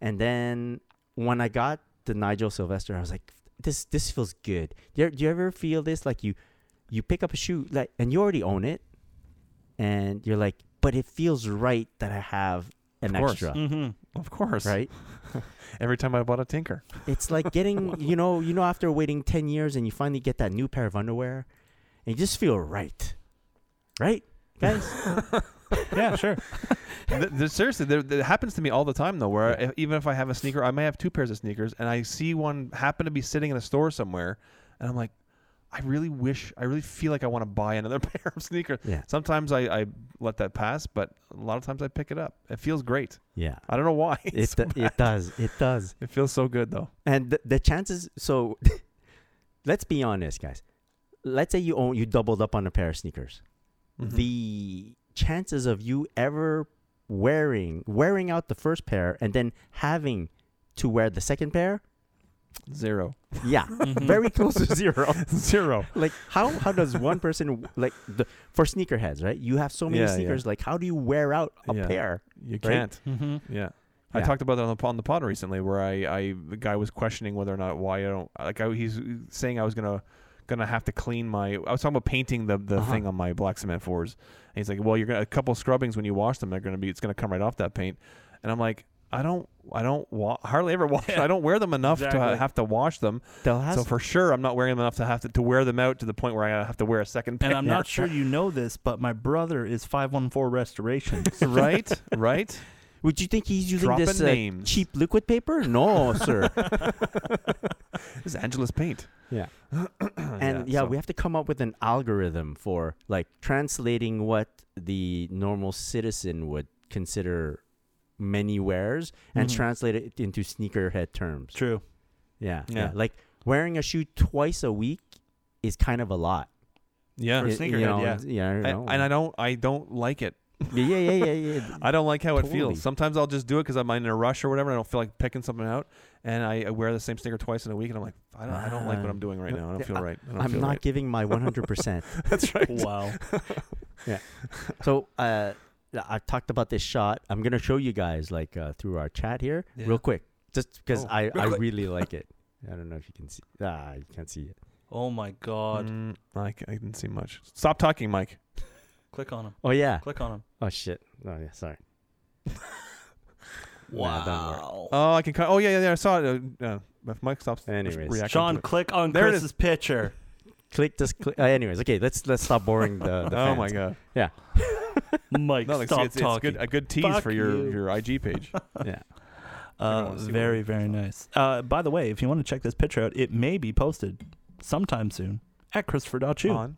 and then when I got the Nigel Sylvester, I was like, "This this feels good." Do you, do you ever feel this? Like you you pick up a shoe like and you already own it, and you're like, "But it feels right that I have an
course.
extra."
Mhm.
Of course.
Right,
Every time I bought a Tinker.
it's like getting you know you know after waiting ten years and you finally get that new pair of underwear, and you just feel right, right, guys.
Yeah, sure.
Th- th- seriously, there, that happens to me all the time though. Where I, even if I have a sneaker, I may have two pairs of sneakers, and I see one happen to be sitting in a store somewhere, and I'm like, I really wish, I really feel like I want to buy another pair of sneakers.
Yeah.
Sometimes I, I let that pass, but a lot of times I pick it up. It feels great.
yeah,
I don't know why.
it
It's-
do- it does it does.
it feels so good though.
And the, the chances, so let's be honest, guys. Let's say you own, you doubled up on a pair of sneakers.
Mm-hmm.
The chances of you ever wearing wearing out the first pair and then having to wear the second pair,
Zero.
yeah, very close to zero.
Zero.
Like how how does one person like the for sneakerheads, right? You have so many
Yeah, yeah.
sneakers. Like how do you wear out a
Yeah.
pair?
You
Right?
can't.
Mm-hmm.
Yeah. I
Yeah.
talked about that on the, on the pod recently, where I, I the guy was questioning whether or not why I don't like I, he's saying I was gonna gonna have to clean my I was talking about painting the, the
Uh-huh.
thing on my black cement floors, and he's like, well, you're gonna a couple scrubbings when you wash them, they're gonna be it's gonna come right off that paint, and I'm like, I don't I don't wa- hardly ever wash
Yeah.
I don't wear them enough to ha-
Exactly.
have to wash them,
They'll have
so for sure I'm not wearing them enough to have to, to wear them out to the point where I have to wear a second pair.
And I'm not sure you know this, but my brother is 514 Restoration.
right, right.
Would you think he's using
Dropping
this uh,
names.
cheap liquid paper? No, sir.
This is Angela's paint.
Yeah. and yeah,
Uh, so-
we have to come up with an algorithm for like translating what the normal citizen would consider many wears and
Mhm.
translate it into sneakerhead terms.
True.
Yeah, yeah.
Yeah.
Like wearing a shoe twice a week is kind of a lot.
Yeah.
For
Y-
sneakerhead,
you know,
yeah.
Yeah, I don't
I-
know.
and I don't I don't like it.
yeah, yeah, yeah, yeah, yeah.
I don't like how it
Totally.
feels. Sometimes I'll just do it because I'm in a rush or whatever. And I don't feel like picking something out, and I I wear the same sneaker twice in a week, and I'm like, I don't, I don't like what I'm doing right
Uh,
now. I don't
yeah,
feel
I-
right. I don't
I'm
feel
not
right.
giving my 100%.
That's right.
Wow.
So uh, I talked about this shot. I'm gonna show you guys like uh, through our chat here,
Yeah.
real quick, just because
Oh,
I,
real
I
quick.
really like it. I don't know if you can see. Ah, you can't see it.
Oh my God.
Mm, I, c- I didn't see much. Stop talking, Mike.
Click on him.
Oh yeah.
Click on him.
Oh shit. Oh yeah. Sorry. Nah, don't worry.
Wow.
Oh, I can. Cut. Oh yeah, yeah, yeah. I saw it. Uh, uh, if Mike stops,
Anyways.
reacting
Sean,
to it.
click on
There it
Chris's picture.
click. Just click. Uh, anyways. Okay. Let's let's stop boring the. the
Oh
fans.
my god.
Yeah.
Mike,
No, like, see,
stop
it's, it's
talking.
good, a good tease
Fuck
for your
you.
your IG page.
Yeah.
I
Uh,
wanna see what
very,
it
very
looks like.
nice. Uh, by the way, if you want to check this picture out, it may be posted sometime soon at Christopher.chu.
On.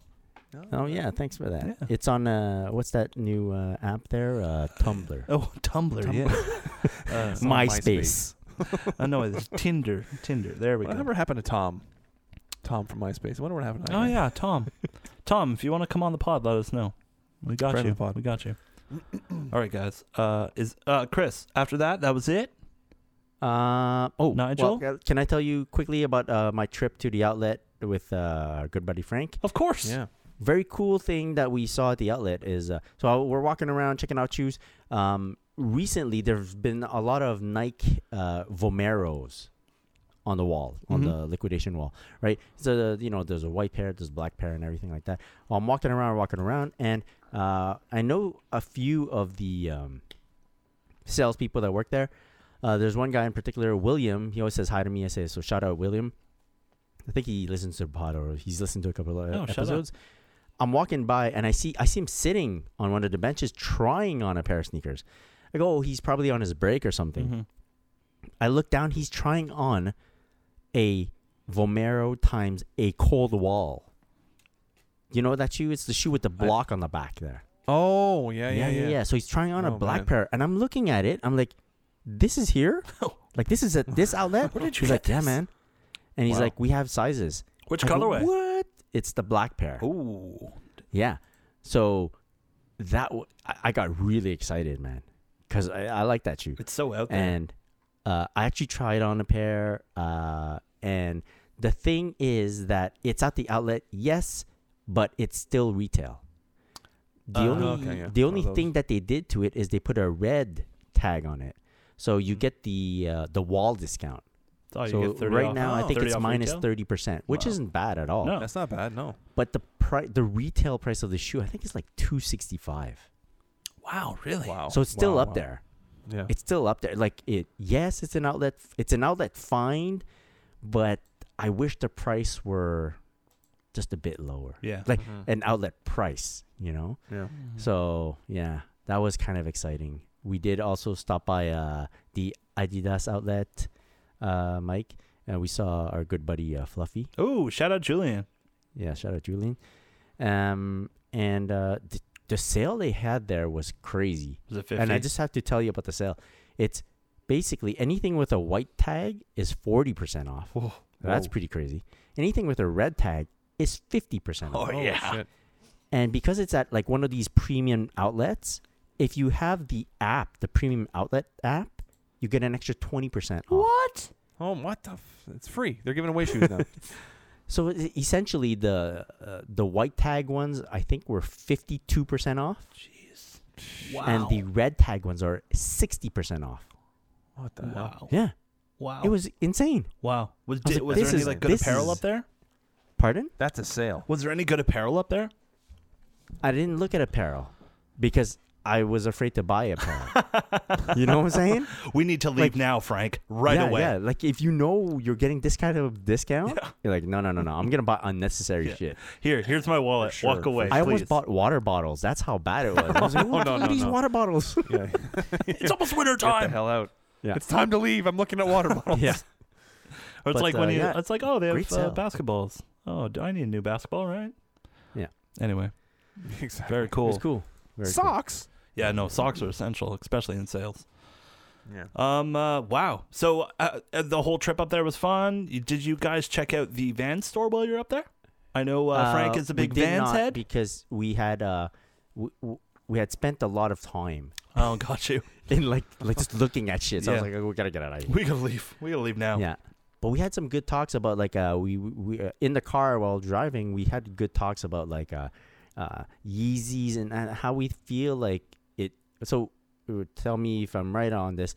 Oh yeah. Thanks for that.
Yeah.
It's on. Uh, what's that new uh, app there? Uh, Tumblr.
Oh, Tumblr,
Tumblr.
yeah. uh,
on
MySpace.
I know it's Tinder. Tinder. There we go.
Whatever happened to Tom? Tom from MySpace. I wonder what happened. to that
Oh
guy.
yeah, Tom. Tom, if you want to come on the pod, let us know. We got
Friend
you.
of the pod.
We got you. All right, guys. Uh, is uh, Chris? After that, that was it.
Uh, oh,
Nigel?
well, can I tell you quickly about uh, my trip to the outlet with uh, our good buddy Frank?
Of course.
Yeah.
very cool thing that we saw at the outlet is uh, so I- we're walking around checking out shoes. Um, recently there's been a lot of Nike uh, Vomeros on the wall, on
Mm-hmm.
the liquidation wall, right? So the, you know, there's a white pair, there's a black pair, and everything like that. Well, I'm walking around, walking around, and uh, I know a few of the um, salespeople that work there. Uh, there's one guy in particular, William. He always says hi to me. I say so. Shout out, William. I think he listens to the pod, or he's listened to a couple of
Oh,
uh
shout out.
episodes. I'm walking by, and I see I see him sitting on one of the benches, trying on a pair of sneakers. I go, oh, he's probably on his break or something.
Mhm.
I look down. He's trying on a Vomero times a cold wall. You know that shoe? It's the shoe with the block on the back there.
Oh yeah yeah yeah.
So he's trying on a
Oh,
black
man.
pair, and I'm looking at it. I'm like, this is here. like this is at this outlet.
Where did you
he's
get
like, yeah,
this?
man. And he's
Wow.
like, we have sizes.
Which
I go,
colorway?
What? It's the black pair.
Ooh.
Yeah. So that w- I I got really excited, man, because I, I like that shoe.
It's so out there.
And uh, I actually tried on a pair. Uh, and the thing is that it's at the outlet, yes, but it's still retail. The
Uh,
only
okay, yeah,
the
one
only
of those.
thing that they did to it is they put a red tag on it, so you get the uh, the wall discount.
Mm-hmm. oh, you
so
get 30
right
off.
now I
Oh,
think
30
it's
off
minus
retail?
thirty percent, which
Wow.
isn't bad at all.
No.
That's not bad. No.
But the pri- the retail price of the shoe I think is like two sixty five.
Wow, really?
Wow.
So it's still
Oh, Wow, wow.
up there.
Yeah.
it's still up there. Like it, yes, it's an outlet. It's an outlet find, but I wish the price were just a bit lower.
Yeah.
like
Mhm.
an outlet price, you know.
yeah.
So yeah, that was kind of exciting. We did also stop by uh, the Adidas outlet, uh, Mike, and we saw our good buddy uh, Fluffy.
Ooh, shout out Julian.
Yeah, shout out Julian. Um, and uh, th- the sale they had there was crazy.
Was it 50?
And I just have to tell you about the sale. It's basically anything with a white tag is 40% off.
Whoa.
That's
Oh.
Whoa.
pretty crazy. Anything with a red tag is 50% off.
Oh,
Holy
yeah.
shit.
And because it's at like one of these premium outlets, if you have the app, the premium outlet app, you get an extra 20% off.
What?
Oh what the? F- it's free. They're giving away shoes now.
So e- essentially the uh, the white tag ones I think were 52% off
Jeez. Wow.
and the red tag ones are 60% off.
What the hell?
Wow.
Yeah.
Wow.
It was insane.
wow. Was,
was
di-
like,
was
this
there any
is-
like good
this
apparel
is-
up there?
Pardon?
That's a sale.
Was there any good apparel up there?
I didn't look at apparel because I was afraid to buy apparel. you know what I'm saying?
We need to leave
Like-
now, Frank. Right
yeah,
away.
Yeah, like if you know you're getting this kind of discount, you're like, no, no, no, no, I'm gonna buy unnecessary
Yeah.
shit.
Here, here's my wallet.
sure,
Walk
for
away.
sure.
I
please. Oh,
almost bought water bottles. That's how bad it was. I was like,
No,
what
no,
are
no,
these
no.
water bottles?
Yeah.
It's almost winter
Get the
time.
hell out.
Yeah.
It's time to leave. I'm looking at water bottles.
yeah,
Or it's
But,
like
uh,
when you,
yeah,
it's like, oh, they have
great
uh,
sale.
basketballs. Oh, do I need a new basketball, right?
Yeah.
Anyway,
exactly.
very
it
cool.
was cool. Very cool.
Socks.
Yeah, no, socks are essential, especially in sales.
Yeah.
Um, uh, wow. So uh, uh, the whole trip up there was fun. You- Did you guys check out the van store while you're up there? I know uh, Frank is a
we
big
did
Vans
not
head.
because we had uh, w- w- we had spent a lot of time
oh, got you.
in like like just looking at shit. So I was
Yeah.
like, oh, we gotta get out of here.
We gotta leave. We gotta leave now.
Yeah. But we had some good talks about like uh we we uh, in the car while driving we had good talks about like uh, uh Yeezys and, and how we feel like it. So uh, tell me if I'm right on this.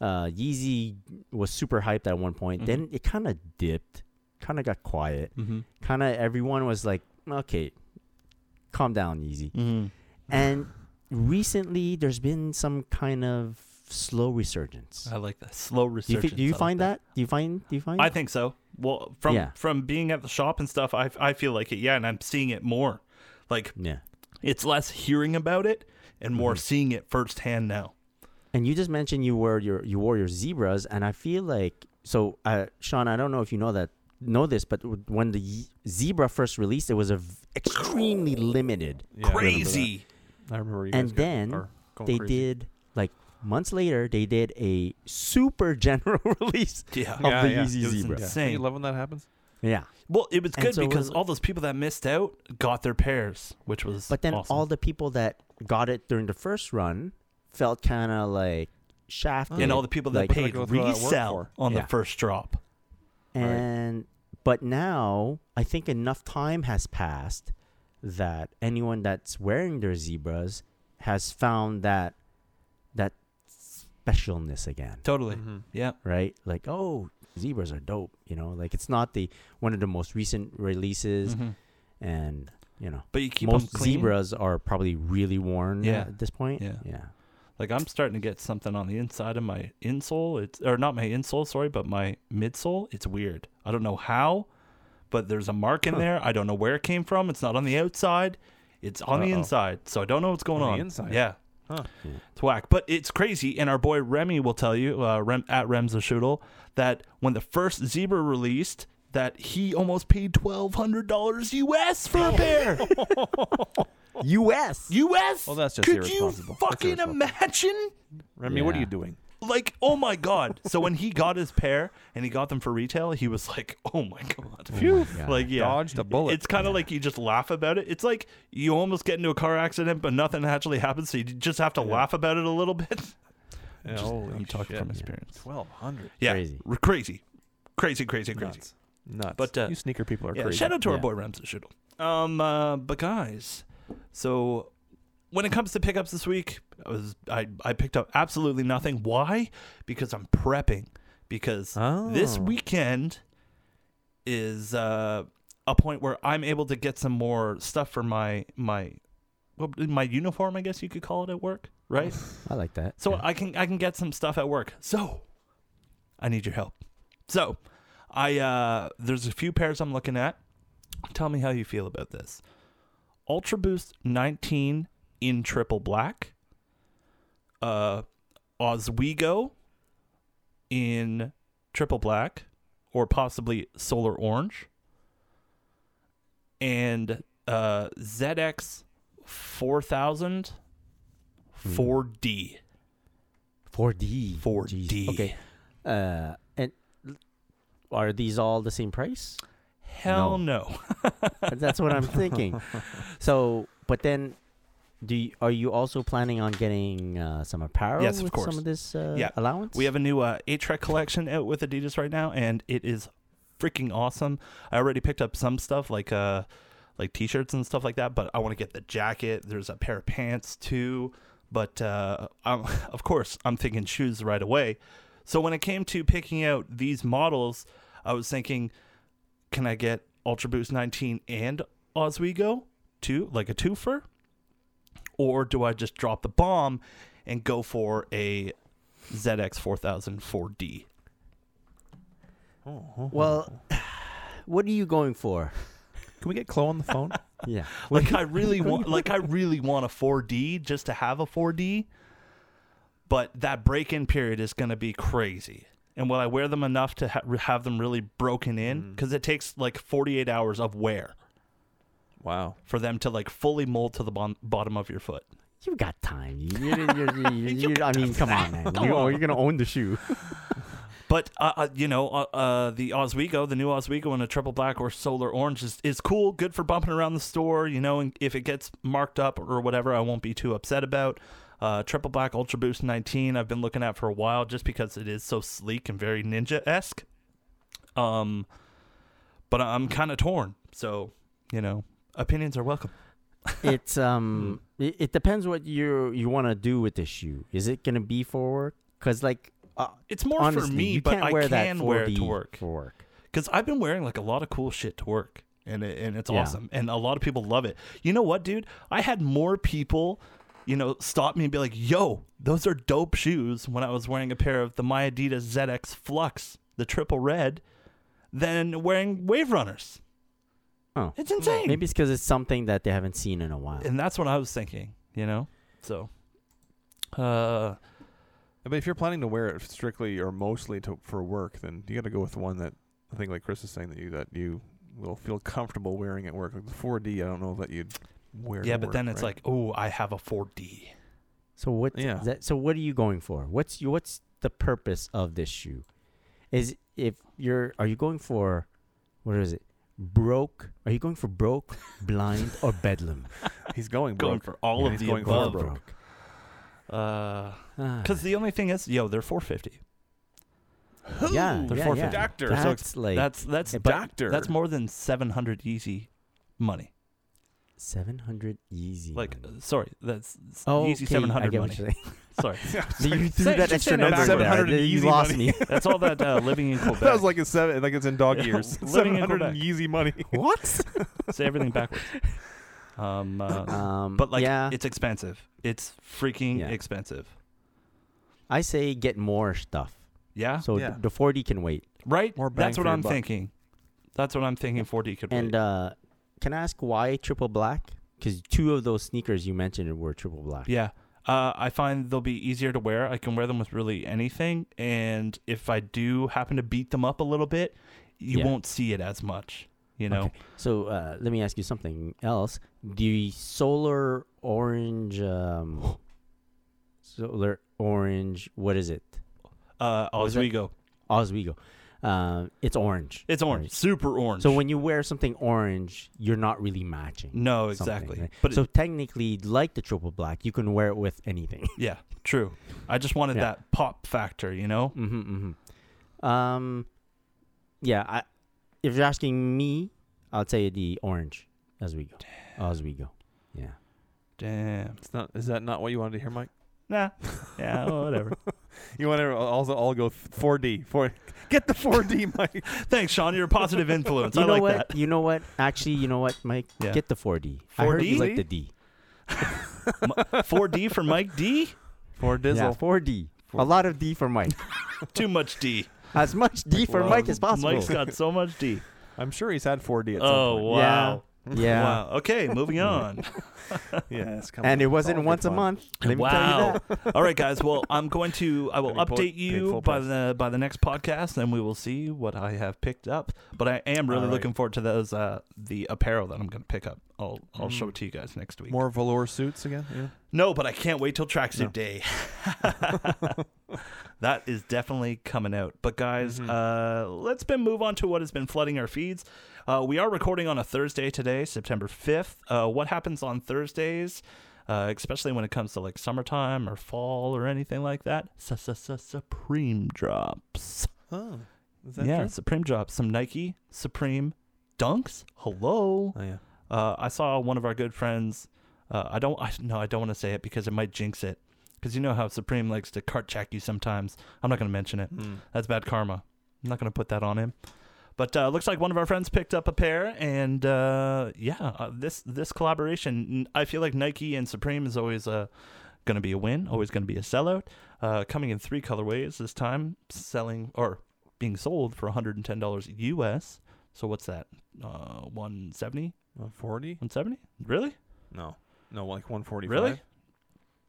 Uh, Yeezy was super hyped at one point.
Mhm.
Then it kind of dipped, kind of got quiet.
Mm-hmm.
Kind of everyone was like, okay, calm down, Yeezy.
Mm-hmm.
And recently, there's been some kind of slow resurgence.
I like that slow
do you,
research.
fi- do you find that? Do you find do you find
I think so. Well, from
Yeah.
from being at the shop and stuff, I I feel like it. Yeah, and I'm seeing it more. Like
yeah.
it's less hearing about it and more
Mm-hmm.
seeing it firsthand now.
And you just mentioned you were your you wore your zebras, and I feel like so, uh, Sean. I don't know if you know that know this, but w- when the ye- zebra first released, it was a v- extremely limited,
Yeah.
Crazy.
I remember you
and
guys
then
are going
they
crazy.
did like months later they did a super general release
Yeah.
of
Yeah,
the
yeah.
Yeezy
It was
zebra.
insane.
Don't you love when that happens?
Yeah,
Well, it was
And
good
so it
because
was-
all those people that missed out got their pairs, which was
but then
awesome.
all the people that got it during the first run felt kind of like shafted,
and all the people that
like-
What
paid
did I go through all that work
resell
for?
on the
Yeah.
first drop.
Right.
and but now I think enough time has passed that anyone that's wearing their zebras has found that that specialness again,
Totally. Yeah.
right? Like, oh, zebras are dope. You know, like it's not the one of the most recent releases, and you know,
But you Mm-hmm. keep 'em
most
clean.
zebras are probably really worn
Yeah.
at this point.
Yeah.
yeah.
Like I'm starting to get something on the inside of my insole. It's or not my insole, sorry, but my midsole. It's weird. I don't know how, but there's a mark in there. I don't know where it came from. It's not on the outside. It's on the
Uh-oh.
inside. So I don't know what's going on.
On the inside?
Yeah.
Huh.
It's whack, but it's crazy. And our boy Remy will tell you, uh, Rem, at Rems the Shoodle, that when the first zebra released, that he almost paid twelve hundred dollars US for a pair.
U.S.
US.
Well, that's just
Could
irresponsible.
you
That's
fucking
irresponsible.
imagine?
Remy, what are
Yeah.
you doing?
like oh my god so when he got his pair and he got them for retail he was like oh my god, Phew.
God.
like yeah
Dodged a bullet.
it's kind of like you just laugh about it it's like you almost get into a car accident but nothing actually happens so you just have to laugh about it a little bit Just- i'm talking from experience
Twelve hundred.
yeah
Crazy.
r- crazy crazy crazy crazy
Nuts. Nuts.
But, uh,
you sneaker people are
yeah,
crazy.
shout out to our
Yeah.
boy Ramsey Shuttle. Um, uh, but guys, so when it comes to pickups this week, I was I, I picked up absolutely nothing. Why? Because I'm prepping. Because this
Oh.
weekend is uh, a point where I'm able to get some more stuff for my my well, my uniform, I guess you could call it at work, right?
I like that.
So
yeah.
I can I can get some stuff at work. So I need your help. So I uh there's a few pairs I'm looking at. Tell me how you feel about this. Ultra Boost 19 in triple black. Uh Oswego in triple black or possibly solar orange. And uh ZX 4000 4D.
4D.
4D.
Okay. Uh, and are these all the same price?
Hell no.
That's what I'm thinking. So, but then, do you, are you also planning on getting uh, some apparel?
Yes, of
with
course.
Some of this uh,
Yeah.
allowance.
We have a new uh, A-Trek collection out with Adidas right now, and it is freaking awesome. I already picked up some stuff like uh, like T-shirts and stuff like that, but I want to get the jacket. There's a pair of pants too, but uh, I'm, of course I'm thinking shoes right away. So when it came to picking out these models, I was thinking, can I get Ultra Boost 19 and Oswego too, like a twofer? Or do I just drop the bomb and go for a ZX 4000 4D.
Well, what are you going for?
Can we get Chloe on the phone?
Yeah.
Like I really want, like I really want a 4D just to have a 4D. But that break-in period is going to be crazy. And will I wear them enough to ha- have them really broken in? Because it takes like 48 hours of wear
wow.
for them to like fully mold to the bon- bottom of your foot.
You got time. You, you, you, you, you, you- I mean, come on, man. You, are gonna own the shoe.
But uh, uh, you know, uh, uh, the Oswego, the new Oswego in a triple black or solar orange is, is cool, good for bumping around the store. You know, and if it gets marked up or whatever, I won't be too upset about. Uh, triple black Ultra Boost 19, I've been looking at for a while just because it is so sleek and very ninja esque. Um, but I'm kind of torn, so you know, opinions are welcome.
It's um,
Mm-hmm.
it, it depends what you you want to do with this shoe. Is it gonna be for work? Cause like, uh,
It's more
honestly,
for me,
you
but
can't
I
wear that
can wear it to
4D
work.
For work.
because I've been wearing like a lot of cool shit to work, and it, and it's
Yeah.
awesome, and a lot of people love it. You know what, dude? I had more people, you know, stop me and be like, "Yo, those are dope shoes." When I was wearing a pair of the My Adidas ZX Flux, the triple red, than wearing Wave Runners.
Oh.
It's
Hmm,
insane,
Maybe it's because it's something that they haven't seen in a while.
and that's what I was thinking. You know, so. Uh,
But if you're planning to wear it strictly or mostly to, for work, then you got to go with one that I think, like Chris is saying, that you that you will feel comfortable wearing at work. Like the 4D, I don't know that you'd wear.
yeah,
to
but
work,
then it's
right?
like, oh, I have a 4D.
So what?
Yeah.
That, so what are you going for? What's your, what's the purpose of this shoe? Is if you're are you going for what is it? Broke? Are you going for broke, blind, or bedlam?
he's going
Going
broke.
for all
Yeah,
of
he's
the
going for
above.
broke.
Uh,
Ah,
because the only thing is, yo, they're 450.
yeah,
They're
yeah,
450.
yeah.
Doctor.
That's
So
like
that's that's
but-
That's more than 700 Yeezy money.
Seven hundred easy.
Like,
money.
uh, sorry, that's that's
oh,
easy
okay,
seven
I
hundred
get
money.
what you're saying.
Sorry,
you threw
Say-
that
just
extra
say that
number. in there.
700
You
easy
lost
money.
me.
that's all that uh, living in Quebec.
That was like it's seven, like it's in dog
Yeah,
years.
living
Seven
in
hundred
Quebec.
Yeezy money.
what?
Say everything backwards. Um, uh,
Um,
but like,
yeah,
it's expensive. It's freaking
Yeah.
expensive.
I say get more stuff.
Ah, Yeah,
So d-
Yeah.
the forty can wait.
right.
More bang
That's
for
what
your
I'm
buck.
thinking. That's what I'm thinking. 4D could
And
wait.
uh, can I ask why triple black? Because two of those sneakers you mentioned were triple black.
yeah. Uh, I find they'll be easier to wear. I can wear them with really anything, and if I do happen to beat them up a little bit, you
Yeah.
won't see it as much. You know,
Okay. So uh, let me ask you something else. The solar orange, um, solar orange. What is it?
uh,
was that?
Oswego.
Oswego. Uh, it's orange.
It's orange,
right?
super orange.
So when you wear something orange, you're not really matching.
no,
something,
exactly.
right?
But
so
it,
technically, like the triple black, you can wear it with anything.
yeah, true. I just wanted
Yeah.
that pop factor. You know,
Mm-hmm, hmm Um, yeah. I, if you're asking me, I'd say the orange as we go. As we go. Yeah.
damn.
It's not. Is that not what you wanted to hear, Mike?
Nah. Yeah. well, whatever.
You want to also all go four D. Four. Get the four D, Mike.
Thanks, Sean. You're a positive influence.
You
I
know
like
what?
that.
You know what? Actually, you know what, Mike?
Yeah.
Get the 4D. I heard you
4D?
like the D.
4D for Mike D.
Four Dizzle.
Yeah, 4D. A lot of D for Mike.
Too much D.
as much D for
Well,
Mike as possible.
Mike's got so much D.
I'm sure he's had four D at
Oh
some point.
wow.
yeah.
Wow. Okay, moving on.
Yeah, it's coming.
And it wasn't once a month. Let me tell you
wow.
that.
All right, guys. Well, I'm going to I will
Gonna be po-
update
paid
you
full
by
price.
the by the next podcast, and we will see what I have picked up. But I am really
All right.
looking forward to those uh the apparel that I'm going to pick up. I'll I'll show it to you guys next week.
More velour suits again. Yeah.
No, but I can't wait till tracksuit
No.
day. that is definitely coming out. But guys,
Mm-hmm.
uh, let's been move on to what has been flooding our feeds. Uh, we are recording on a Thursday today, September fifth. Uh, what happens on Thursdays, uh, especially when it comes to like summertime or fall or anything like that? Supreme drops.
Oh, is that
Yeah,
true?
Supreme drops. Some Nike Supreme dunks. Hello.
Oh yeah.
Uh, I saw one of our good friends. Uh, I don't. I, no, I don't want to say it because it might jinx it. Because you know how Supreme likes to cart check you sometimes. I'm not going to mention it.
Mm.
That's bad karma. I'm not going to put that on him. But uh, looks like one of our friends picked up a pair, and uh, yeah, uh, this this collaboration. I feel like Nike and Supreme is always uh, going to be a win. Always going to be a sellout. Uh, coming in three colorways this time, selling or being sold for 110 dollars US. So what's that? Uh, 170,
Forty?
170? Really?
No, no, like one forty.
Really?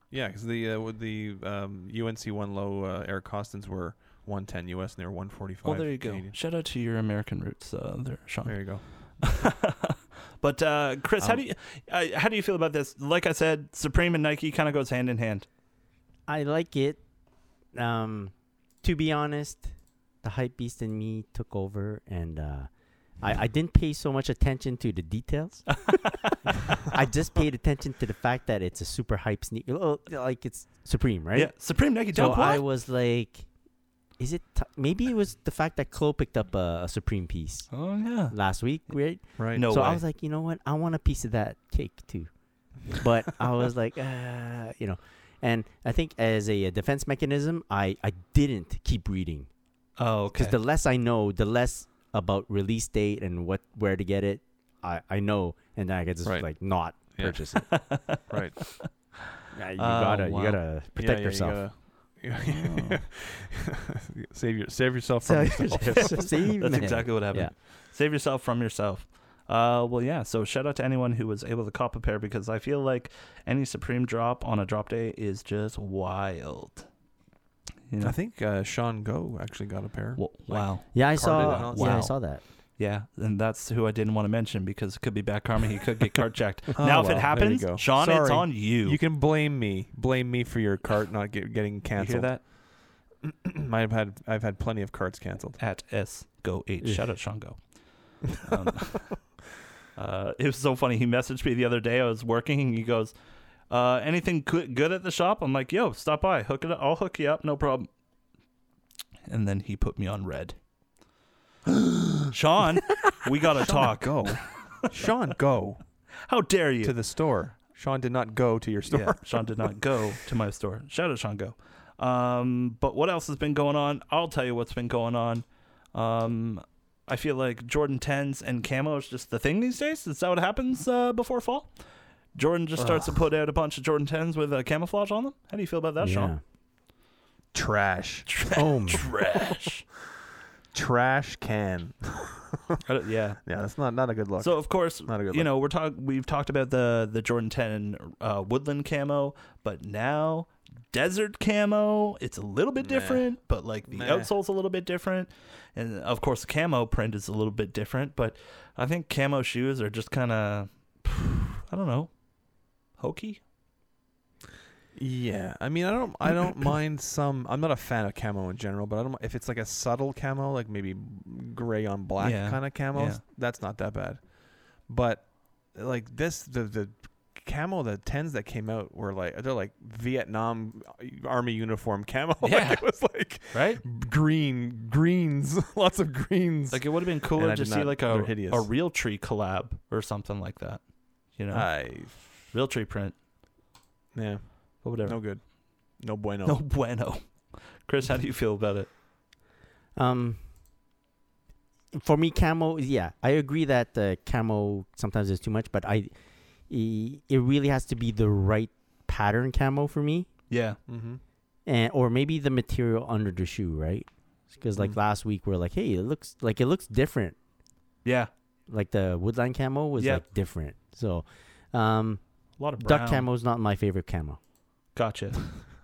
Yeah, because the uh, with the um, UNC one low uh, Eric Costins were one ten US and they were one forty five.
Well, there you go. Shout out to your American roots uh, there, Sean.
There you go.
But uh, Chris, how
Um,
do you uh, how do you feel about this? Like I said, Supreme and Nike kind of goes hand in hand.
I like it. Um, to be honest, the hype beast in me took over, and uh, I, I didn't pay so much attention to the details. I just paid attention to the fact that it's a super hype sneak, oh, like it's supreme, right?
Yeah, Supreme Nike
So
Dunk.
I
what?
was like, "Is it? T-? Maybe it was the fact that Chloe picked up a, a supreme piece
oh yeah.
last week, right?
Right.
No
so I
way.
was like, you know what? I want a piece of that cake too. But I was like, uh, you know, and I think as a defense mechanism, I I didn't keep reading
oh okay.
because the less I know, the less about release date and what where to get it. I I know, and then I could just
Right.
like not
Yeah.
purchase it.
right.
Yeah, you
Oh,
gotta
wow.
you gotta
Yeah, yeah,
protect
you
yourself.
gotta-
Oh.
save your save yourself
So-
from yourself.
save
That's
me.
exactly what happened. Save yourself from yourself. Uh, well, yeah. So shout out to anyone who was able to cop a pair because I feel like any Supreme drop on a drop day is just wild. You know?
I think uh, Sean Go actually got a pair.
Wo- wow.
Yeah,
Carded and
I saw.
all
Yeah, I
that.
saw that.
Yeah, and that's who I didn't want to mention because it could be back karma. He could get cart checked.
Oh,
now, if it
well, there you
happens,
go.
Sean, it's
Sorry.
on you.
You can blame me. Blame me for your cart not get, getting
You
canceled.
hear that?
I've had I've had plenty of carts canceled.
At S Go H.
Ugh.
Shout out Sean Go. Um, uh, it was so funny. He messaged me the other day. I was working, and he goes, uh, "Anything goo- good at the shop?" I'm like, "Yo, stop by. Hook it up. I'll hook you up. No problem." And then he put me on red. Sean, we gotta talk.
Go, Sean. Go.
How dare you?
to the store. Sean did not go to your store.
Yeah, Sean did not go to my store. Shout out Sean Go. Um, but what else has been going on? I'll tell you what's been going on. Um, I feel like Jordan 10s and camo is just the thing these days. Is that what happens uh, before fall? Jordan just starts to put out a bunch of Jordan 10s with uh, camouflage on them. How do you feel about that, Sean?
Trash.
Oh, my-
Trash.
Trash can.
I don't- yeah.
Yeah, that's not not a good look.
So of course,
Not a good
you
look.
know, we're talk we've talked about the the Jordan 10 uh, woodland camo, but now desert camo, it's a little bit different, but like the
Meh.
outsole's a little bit different. And of course, the camo print is a little bit different, but I think camo shoes are just kind of I don't know, hokey.
yeah, I mean, I don't I don't mind some. I'm not a fan of camo in general, but I don't if it's like a subtle camo, like maybe gray on black
Yeah,
kind of camo.
yeah.
That's not that bad. But like this, the the camo the tens that came out were like they're like Vietnam uh, army uniform camo.
Yeah.
like, it was like
Right?
green greens, lots of greens.
Like it would have been
And
cooler
I
to
did
see
not-
like
they're
a
hideous.
a real tree collab or something like that. You know,
I
real tree print,
yeah,
but whatever.
no good, no bueno.
no bueno. Chris, how do you feel about it?
Um, for me, camo. Yeah, I agree that uh, camo sometimes is too much, but I, i- it really has to be the right pattern camo for me,
Yeah.
Mm-hmm.
and or maybe the material under the shoe, right? Because like
Mm.
last week, we're like, hey, it looks like it looks different.
Yeah.
Like the woodline camo was
Yeah.
like different. So, um,
A lot of
duck camo is not my favorite camo.
Gotcha.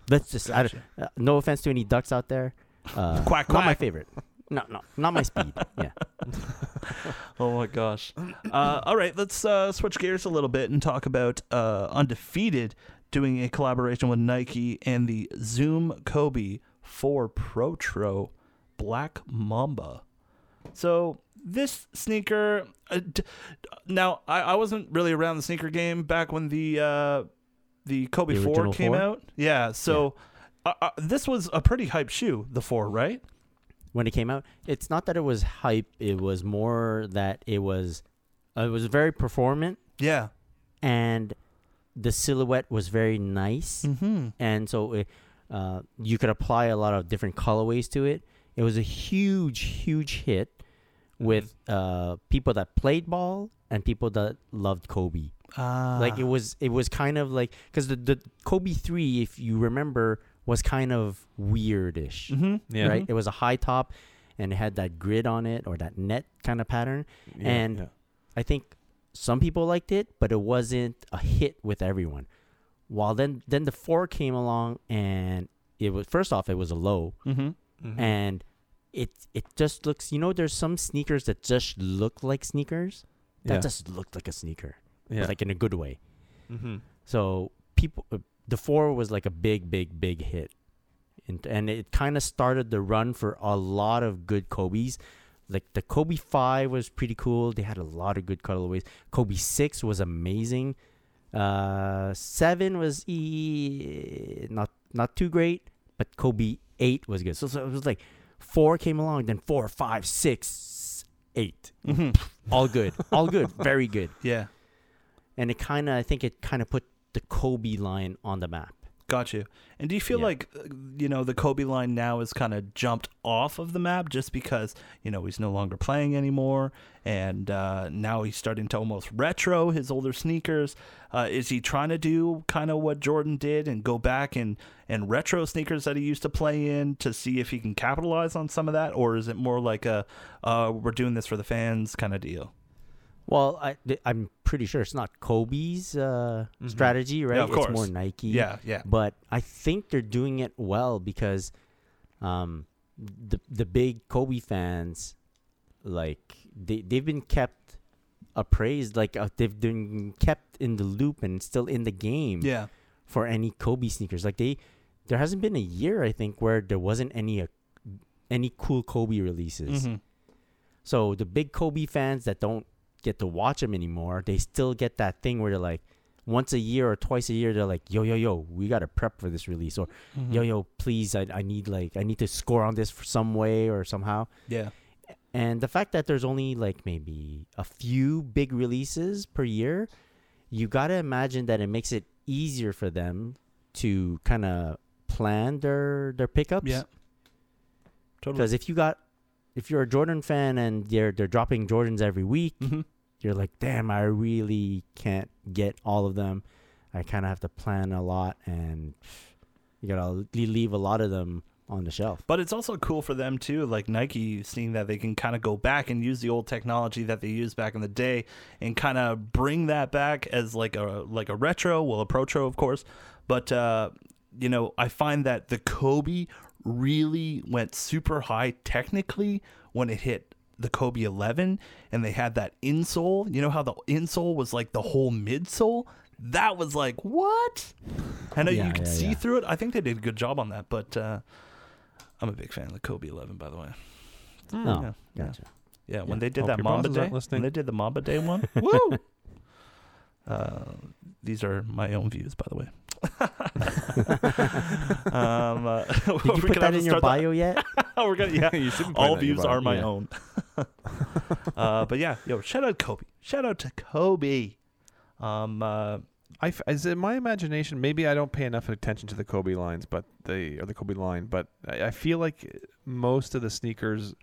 Let's just I don't-
Gotcha.
uh, no offense to any ducks out there. Uh,
Quack,
Not my
quack.
favorite. No, no, not my speed. Yeah.
Oh my gosh. Uh, all right, let's uh, switch gears a little bit and talk about uh, Undefeated doing a collaboration with Nike and the Zoom Kobe 4 Protro Black Mamba. So this sneaker, uh, d- now I, I wasn't really around the sneaker game back when the uh, the Kobe
The
Four
original
came
four?
out. Yeah, so Uh, uh, this was a pretty hype shoe, the Four, right?
when it came out. It's not that it was hype. It was more that it was, uh, it was very performant,
Yeah.
and the silhouette was very nice.
Hmm.
And so, it, uh, you could apply a lot of different colorways to it. It was a huge, huge hit with uh, people that played ball and people that loved Kobe.
Ah.
Like it was, it was kind of like because the, the Kobe three, if you remember, was kind of weirdish
hmm
Yeah.
right? It was a high top, and it had that grid on it or that net kind of pattern.
Yeah,
and
yeah.
I think some people liked it, but it wasn't a hit with everyone. While then, then the four came along, and it was first off, it was a low,
Mm-hmm.
and it it just looks. You know, there's some sneakers that just look like sneakers. That
Yeah.
just looked like a sneaker, but,
yeah.
like in a good way.
mm-hmm.
So people, uh, the four was like a big, big, big hit, and and it kind of started the run for a lot of good Kobe's. Like the Kobe five was pretty cool. They had a lot of good colorways. Kobe six was amazing. Uh, seven was e- not not too great, but Kobe eight was good. So, so it was like four came along, then four, five, six, eight,
hmm
all good, all good, very good
Yeah.
and it kind of I think it kind of put the Kobe line on the map.
Got you. And do you feel
Yeah.
like like uh, you know the Kobe line now is kind of jumped off of the map just because you know he's no longer playing anymore, and uh, now he's starting to almost retro his older sneakers. Uh, is he trying to do kind of what Jordan did and go back and and retro sneakers that he used to play in to see if he can capitalize on some of that, or is it more like a uh, we're doing this for the fans kind of deal?
Well, I, th- I'm pretty sure it's not Kobe's uh, strategy, right?
Mm-hmm. of
It's
course.
more Nike.
Yeah, yeah,
But I think they're doing it well because um, the the big Kobe fans, like they they've been kept appraised, like uh, they've been kept in the loop and still in the game
yeah.
for any Kobe sneakers. Like they, there hasn't been a year I think where there wasn't any uh, any cool Kobe releases.
Mhm.
So the big Kobe fans that don't get to watch him anymore, they still get that thing where they're like, once a year or twice a year, they're like, yo, yo, yo, we got to prep for this release. Or,
Mm-hmm.
yo, yo, please, I, I need like, I need to score on this for some way or somehow.
Yeah.
And the fact that there's only like maybe a few big releases per year, you got to imagine that it makes it easier for them to kind of plan their their pickups.
Yeah. Totally.
Because if you got, if you're a Jordan fan and they're they're dropping Jordans every week,
Mhm.
you're like, damn, I really can't get all of them. I kind of have to plan a lot, and you gotta le- leave a lot of them on the shelf.
But it's also cool for them too, like Nike, seeing that they can kind of go back and use the old technology that they used back in the day, and kind of bring that back as like a like a retro, well, a protro, of course. But uh, you know, I find that the Kobe really went super high technically when it hit the Kobe 11, and they had that insole. You know how the insole was like the whole midsole. That was like what? I know
Yeah,
you could
yeah,
see
yeah.
through it. I think they did a good job on that, but. Uh, I'm a big fan of the Kobe 11, by the way.
No,
yeah, yeah.
Oh, gotcha.
Yeah, when
Yeah.
they did
Hope
that
your boss
Mamba
is not
Day, when
listening.
they did the Mamba Day one, woo! Uh, these are my own views, by the way. um, uh,
Did you put that in your bio yet?
Oh, we're gonna, yeah,
you should be putting
all
that in your
views
bio.
are my
yeah.
own. uh, but yeah, yo, shout out Kobe. Shout out to Kobe. Um, uh,
I f- is in my imagination. Maybe I don't pay enough attention to the Kobe lines, but they or the Kobe line. But I, I feel like most of the sneakers,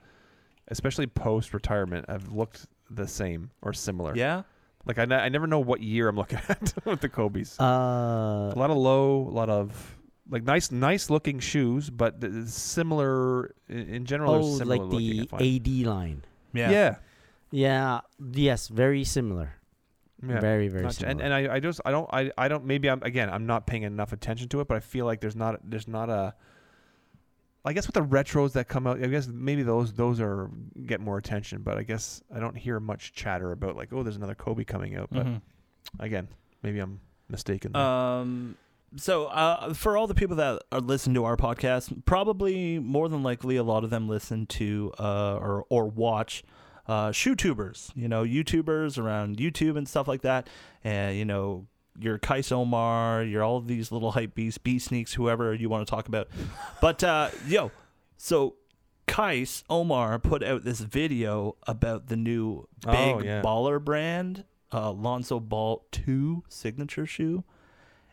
especially post retirement, have looked the same or similar.
yeah,
Like I, ne- I never know what year I'm looking at with the Kobe's. a
Uh,
lot of low, a lot of like nice, nice looking shoes, but th- th- similar i- in general.
oh,
they're similar
like
looking, I
the
find.
AD line.
yeah,
Yeah. yeah.
Yeah. Yes. Very similar. Very very
Not-
similar.
and, and I, I just I don't I, I don't maybe I'm again I'm not paying enough attention to it but I feel like there's not there's not a I guess with the retros that come out I guess maybe those those are get more attention but I guess I don't hear much chatter about like oh there's another Kobe coming out but
Mhm.
Mm-hmm.
again maybe I'm mistaken
Uh,
there.
Um, so uh, for all the people that are listen to our podcast, probably more than likely a lot of them listen to uh, or or watch uh, shootubers. You know, YouTubers around YouTube and stuff like that. And you know. Your Kais Omar, your all these little hype beasts, B sneaks, whoever you want to talk about. But uh, yo, so Kais Omar put out this video about the new big
Oh, yeah.
baller brand, uh, Lonzo Ball 2 signature shoe.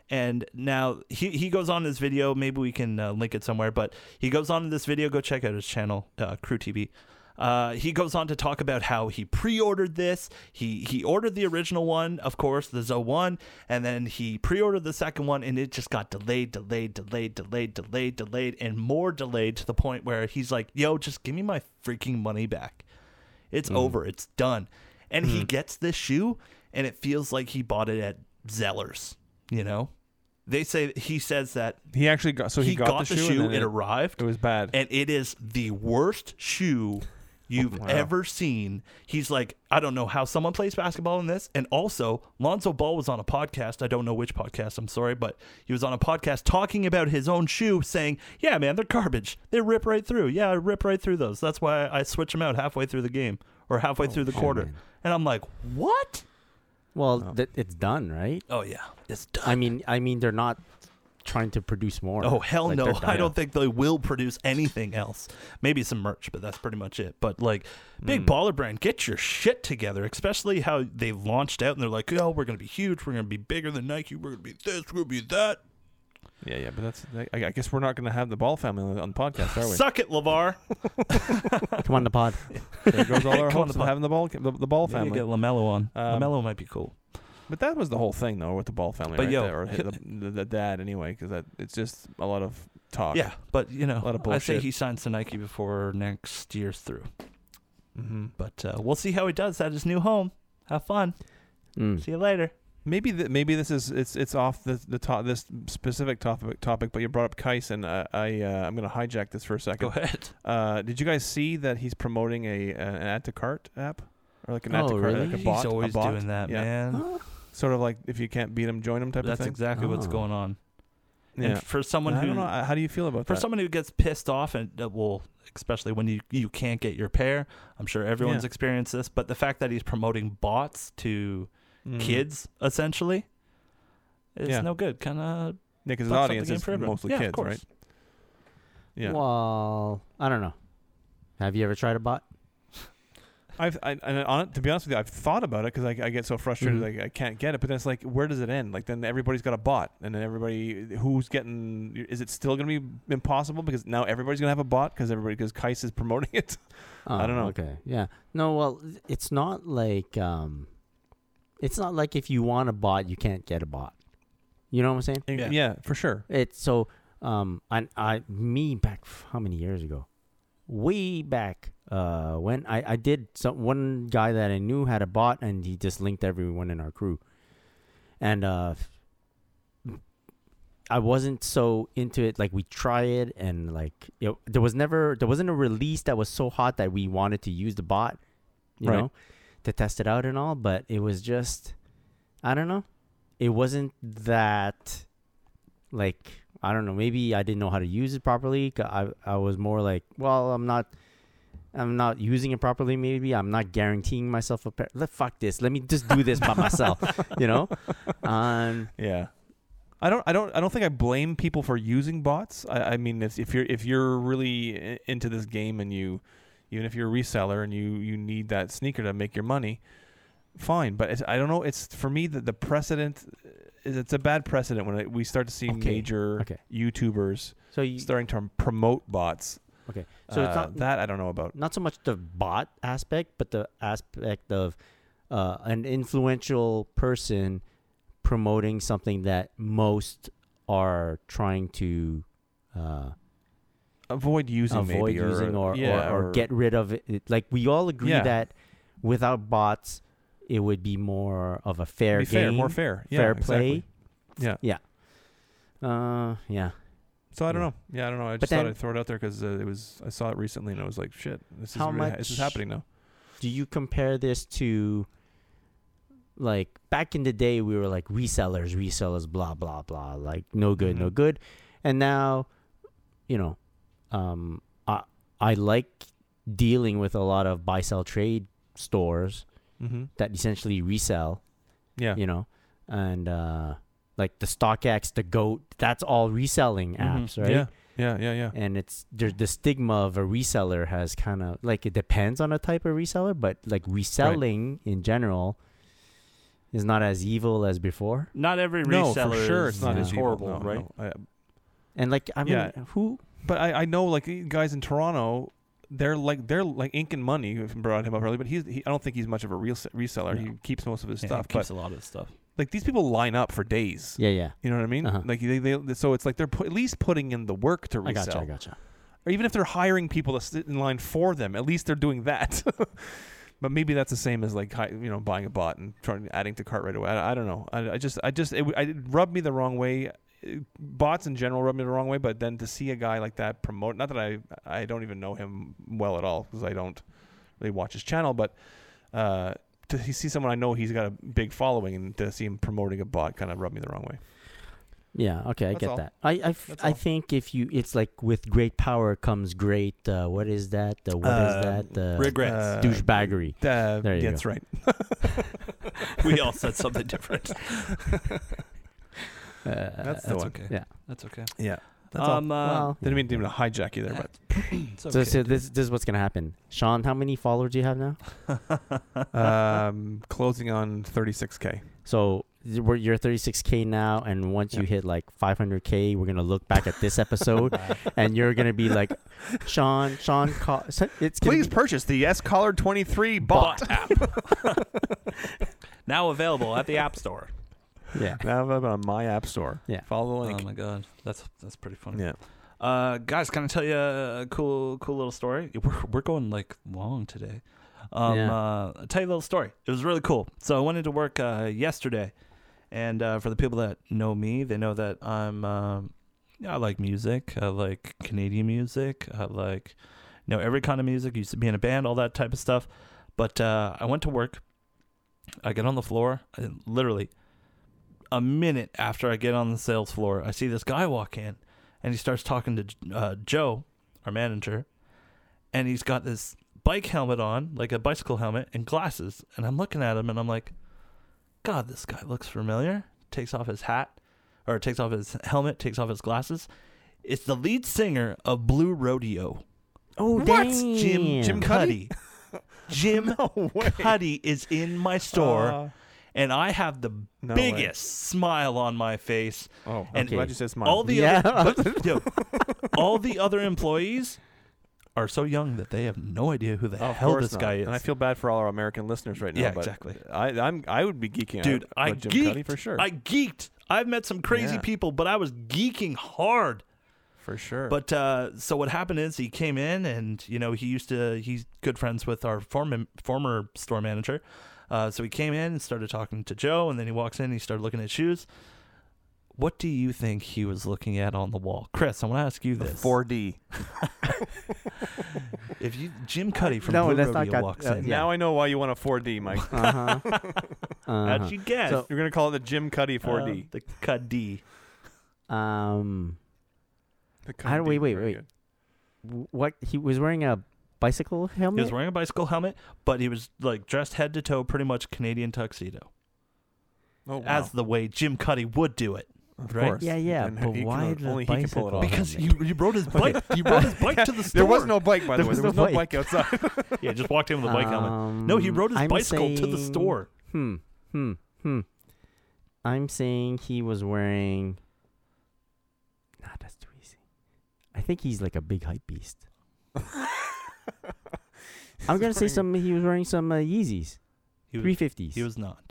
And now he, he goes on this video. Maybe we can uh, link it somewhere. But he goes on in this video. Go check out his channel, uh, Crew TV. Uh, he goes on to talk about how he pre-ordered this. He he ordered the original one, of course, the Zo one, and then he pre-ordered the second one, and it just got delayed, delayed, delayed, delayed, delayed, delayed, and more delayed to the point where he's like, "Yo, just give me my freaking money back." It's over. It's done. And he gets this shoe, and it feels like he bought it at Zellers. You know, they say he says that
he actually got so
he,
he,
got, the shoe.
and then
it
it,
arrived,
it was bad
and it is the worst shoe you've ever seen. He's like, I don't know how someone plays basketball in this. And also, Lonzo Ball was on a podcast. I don't know which podcast. I'm sorry, but he was on a podcast talking about his own shoe, saying, "Yeah, man, they're garbage. They rip right through. Yeah, I rip right through those. That's why I switch them out halfway through the game or halfway through the quarter."
man.
And I'm like, "What?
well,
oh.
th- it's done, right?
Oh yeah, it's done."
I mean, I mean, they're not trying to produce more.
Oh hell
Like,
no!
they're
I
done.
don't think they will produce anything else. Maybe some merch, but that's pretty much it. But like,
Hmm.
big baller brand, get your shit together. Especially how they launched out and they're like, "Yo, we're gonna be huge. We're gonna be bigger than Nike. We're gonna be this. We're gonna be that."
yeah yeah but that's I, I guess we're not going to have the Ball family on the- on the podcast are we
Suck it, Lavar.
Come on the pod.
there goes all
Come
our
on,
hopes
the
of
Ball-
having the Ball the, the Ball family
Lamelo on.
Um,
Lamelo might be cool.
But that was the whole thing, though, with the Ball family,
But
right
yo,
there, or hit the, the, the dad anyway, because that it's just a lot of talk.
Yeah, but you know,
A lot of
I say
bullshit.
he signs to Nike before next year's through.
hmm
But uh, we'll see how he does at his new home. Have fun.
Mm.
See you later.
Maybe th- maybe this is it's it's off the the to- this specific topic topic, but you brought up Kais, and uh, I uh, I'm gonna hijack this for a
Go
second.
ahead.
Uh, did you guys see that he's promoting a, a an add to cart app or like an add to
Oh,
cart
really?
like a
He's
bot? a
always
bot?
doing that,
yeah.
man.
Sort of like if you can't beat him, join him type
That's
of thing.
exactly what's
Oh.
going on.
yeah.
And for someone
I
who
don't know. I- How do you feel about
for
that?
someone who gets pissed off and uh, well, especially when you you can't get your pair, I'm sure everyone's
Yeah.
experienced this, but the fact that he's promoting bots to
Mm.
kids essentially is
Yeah.
no good. Kind of
Yeah, 'cause his audience is mostly
yeah, of
kids,
course.
right? Yeah.
Well, I don't know. Have you ever tried a bot?
I've I, and on, to be honest with you, I've thought about it because I, I get so frustrated,
Mhm.
Mm-hmm.
like I can't get it. But then it's like, where does it end? Like then everybody's got a bot, and then everybody who's getting is it still going to be impossible because now everybody's going to have a bot because everybody because Kais is promoting it. I
Oh,
don't know.
Okay. Yeah. No. Well, th- it's not like um, it's not like if you want a bot, you can't get a bot. You know what I'm saying?
Yeah,
Yeah.
for sure.
It's so um, I I me back f- how many years ago? Way back uh when I I did some one guy that I knew had a bot and he just linked everyone in our crew, and uh. I wasn't so into it. Like we try it, and like you know, there was never there wasn't a release that was so hot that we wanted to use the bot, you
Right.
know, to test it out and all. But it was just, I don't know, it wasn't that, like I don't know. Maybe I didn't know how to use it properly. 'Cause I I was more like, well, I'm not. I'm not using it properly. Maybe I'm not guaranteeing myself a pair. Let fuck this. Let me just do this by myself. You know, um,
Yeah. I don't, I don't, I don't think I blame people for using bots. I, I mean, if, if you're if you're really i- into this game and you, even if you're a reseller and you you need that sneaker to make your money, fine. But it's, I don't know. It's for me that the precedent uh, is it's a bad precedent when it, we start to see
Okay.
major
Okay.
YouTubers
so you
starting to promote bots.
okay? So it's
Uh,
not
that I don't know about.
not so much the bot aspect, but the aspect of uh, an influential person promoting something that most are trying to uh,
Avoid using,
avoid
maybe, or-
using or,
yeah,
or, or, get rid of it. Like we all agree
Yeah.
that without bots, it would be more of a fair
be
game,
fair, more fair, yeah,
fair play.
exactly. Yeah.
Uh, yeah.
So I don't
Yeah.
know. Yeah, I don't know. I just
then-
thought I'd throw it out there because uh, it was I saw it recently and I was like, shit, this is
How
really, this is
much-
happening now.
do you compare this to like back in the day we were like resellers resellers blah blah blah like no good no
Mhm.
good and now you know um i i like dealing with a lot of buy sell trade stores
Mm-hmm.
that essentially resell
Yeah.
you know and uh like the stockx the goat that's all reselling
Mhm.
apps right
Mm-hmm. Yeah. Yeah. Yeah. Yeah.
and it's there, the stigma of a reseller has kind of like it depends on a type of reseller, but like reselling in general is not as evil as before.
Not every
No,
reseller
for sure,
is,
it's not
Yeah.
is
as evil.
horrible,
No,
right?
no. I-
And like I mean,
Yeah.
who?
but I, I know like the guys in Toronto, they're like they're like Ink and Money. who brought him up earlier, but he's he, I don't think he's much of a real reseller.
No.
He keeps most of his
Yeah,
stuff,
keeps
but
a lot of stuff.
like these people line up for days.
Yeah, yeah.
You know what I mean?
Uh-huh.
Like they, they so it's like they're pu- at least putting in the work to
I
resell.
gotcha, I gotcha.
or even if they're hiring people to sit in line for them, at least they're doing that. but maybe that's the same as like hi- you know buying a bot and trying adding to cart right away. I, I don't know. I, I just I just it, w- I- it rubbed me the wrong way. It- Bots in general rubbed me the wrong way, but then to see a guy like that promote, not that I I don't even know him well at all because I don't really watch his channel, but uh, to he- see someone I know he's got a big following and to see him promoting a bot kind of rubbed me the wrong way.
Yeah, okay, I
That's
get
all.
that. I I, f-
That's
I
all.
think if you, it's like with great power comes great. Uh, what is that? Uh, what is
Uh,
that? Uh,
Regrets.
uh,
douchebaggery.
Uh,
There you
that's
go.
right.
we all said something different.
Uh,
that's the one.
okay.
Yeah.
That's okay.
Yeah, that's all.
Um, uh,
well,
Didn't mean to even hijack you there, but.
it's
so,
okay.
so this this is what's gonna happen. Sean, how many followers do you have now?
um, closing on 36k.
So y- we're, you're 36k now, and once you
Yeah.
hit like 500k, we're gonna look back at this episode, and you're gonna be like, Sean, Sean, call, so it's gonna
Please
be-
purchase the S Collar 23 bot.
Bot app. now available at the App Store.
yeah,
Now available on my app store.
Yeah.
Follow the link.
Oh my god, that's that's pretty funny.
yeah.
Uh, guys, can I tell you a cool, cool little story? We're, we're going like long today. Um,
Yeah.
uh, I'll tell you a little story. It was really cool. So I went into work uh, yesterday, and uh, for the people that know me, they know that I'm. Um, I like music. I like Canadian music. I like, you know, every kind of music. Used to be in a band, all that type of stuff. But uh, I went to work. I get on the floor. I, literally, a minute after I get on the sales floor, I see this guy walk in and he starts talking to uh, Joe, our manager, and he's got this bike helmet on, like a bicycle helmet, and glasses. And I'm looking at him, and I'm like, God, this guy looks familiar. Takes off his hat, or takes off his helmet, takes off his glasses. It's the lead singer of Blue Rodeo.
Oh
What? Jim Jim
damn.
Cuddy. Jim Cuddy is in my store,
Uh,
and I have the
No way.
biggest smile on my face.
Oh,
and
I'm glad you said smile.
all the
Yeah.
other, but, yo, all the other employees are so young that they have no idea who the
Oh, of
hell
course
this
not.
guy is.
And I feel bad for all our American listeners right now.
Yeah,
but
exactly.
I, I'm I would be geeking out
dude, I
about Jim
geeked
Cuddy for sure.
I geeked. I've met some crazy
Yeah.
people, but I was geeking hard.
for sure.
But uh, so what happened is he came in and you know he used to he's good friends with our former former store manager. Uh, so he came in and started talking to Joe, and then he walks in and he started looking at shoes. What do you think he was looking at on the wall, Chris? I want to ask you this:
4D.
if you Jim Cuddy from
No,
Blue
that's not
Rodeo
got-
walks
uh,
in,
yeah.
Now I know why you want a 4D, Mike.
Uh-huh. Uh-huh.
how'd you guess?
So-
You're gonna call it the Jim Cuddy
Uh,
4D.
the Cuddy.
Um,
The
I don't- wait,
Cuddy,
wait,
very
wait.
good.
w- what he was wearing a bicycle helmet.
He was wearing a bicycle helmet, but he was like dressed head to toe, pretty much Canadian tuxedo,
Oh, wow.
as the way Jim Cuddy would do it.
of
right?
course.
yeah, yeah,
And
but
he can-
why the
only he can pull it
bicycle?
off.
Because you you rode his bike. You rode his bike to the store.
There was no bike, by the
There
way.
was
There was
no
no bike outside.
Yeah, just walked in with a bike helmet. No, he
Um,
rode his
I'm
bicycle to the
saying-
store.
Hmm, hmm, hmm. I'm saying he was wearing. Nah, that's too easy. I think he's like a big hype beast. I'm gonna say
wearing-
some. He was wearing some uh, Yeezys,
He was,
three fifties.
he was not.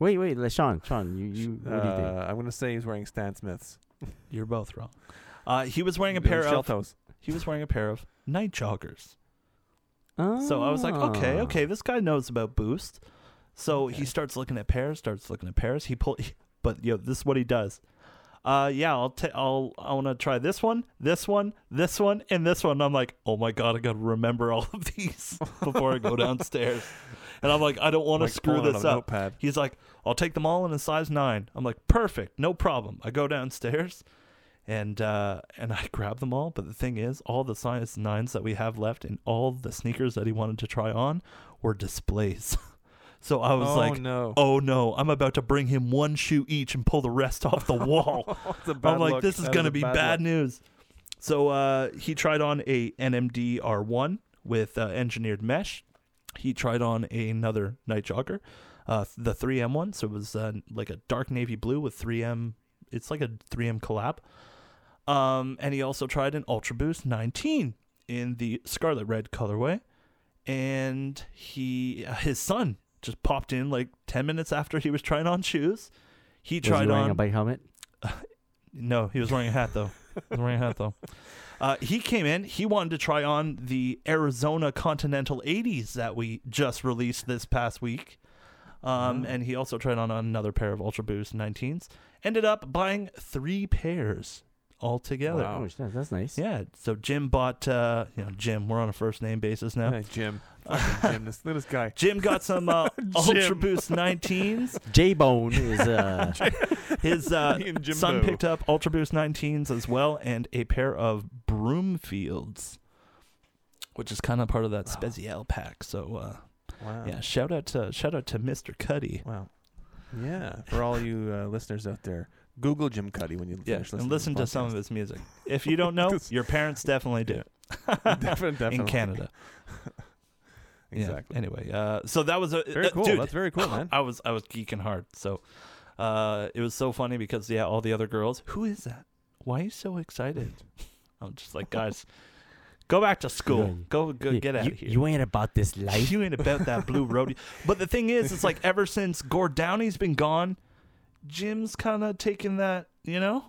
Wait, wait, let- Sean, Sean, you, you, what do you think?
Uh, I'm gonna say he's wearing Stan Smiths.
You're both wrong. Uh, he was wearing a pair
They're shell
of
toes.
he was wearing a pair of night joggers. So I was like, okay,
Ah.
okay, this guy knows about Boost. So
Okay.
he starts looking at pairs, starts looking at pairs. He pull, but yo, this is what he does. Uh, yeah, I'll ta- I'll I want to try this one, this one, this one, and this one. I'm like, oh my god, I gotta remember all of these before I go downstairs. And I'm like, I don't want to
Like
screw
pulling out
this
a
up.
notepad.
He's like, I'll take them all in a size nine. I'm like, perfect, no problem. I go downstairs, and uh, and I grab them all. But the thing is, all the size nines that we have left and all the sneakers that he wanted to try on were displays. so I was
oh
like,
no!
oh no, I'm about to bring him one shoe each and pull the rest off the wall.
It's a
I'm
bad
like,
look.
this is
That
going to
a
be
bad
bad,
look.
news. So uh, he tried on a NMD R1 with uh, engineered mesh. He tried on another night jogger, uh, the 3M one. So it was uh, like a dark navy blue with 3M. It's like a 3M collab. Um, and he also tried an Ultra Boost 19 in the scarlet red colorway. And he, his son, just popped in like 10 minutes after he was trying on shoes. He
was he
tried
wearing
on
a bike helmet?
no, he was wearing a hat though. he was wearing a hat though. Uh, he came in. He wanted to try on the Arizona Continental 80s that we just released this past week. Um,
Mm-hmm.
And he also tried on another pair of Ultra Boost 19s. Ended up buying three pairs altogether.
Wow.
Oh, sh- that's, that's nice.
Yeah. So Jim bought, uh, you know, Jim, we're on a first name basis now.
Hey, Jim, Fucking Jim, this, look at this guy.
Jim got some uh, Ultra
Jim.
Boost 19s.
J Bone is uh,
His uh,
Me and Jimbo.
son picked up Ultra Boost 19s as well and a pair of Broomfields, which is kind of part of that Spezial pack. So uh,
Wow.
yeah, shout out to shout out to Mr. Cuddy.
Wow. Yeah. For all you uh, listeners out there, Google Jim Cuddy when you
Yeah,
finish listening.
and listen to some of his music. If you don't know,
This-
your parents definitely do
definitely,
in Canada. Yeah,
Exactly.
Anyway, uh, so that was a
Very
uh,
cool.
dude,
That's very cool, man.
I was I was geeking hard. So uh, it was so funny because yeah, all the other girls. Who is that? Why are you so excited? I'm just like guys, go back to school.
Yeah.
Go go
you-
get out
you,
of here.
You ain't about this life.
You ain't about that blue roadie. But the thing is, it's like ever since Gord Downey's been gone, Jim's kind of taken that. You know,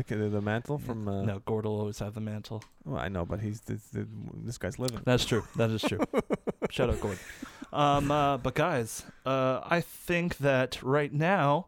Okay, the, the mantle from. Uh,
no, Gord will always have the mantle.
Well, I know, but he's this, this, this guy's living.
That's true. That is true. Shout out Gord. Um, uh, but guys, uh, I think that right now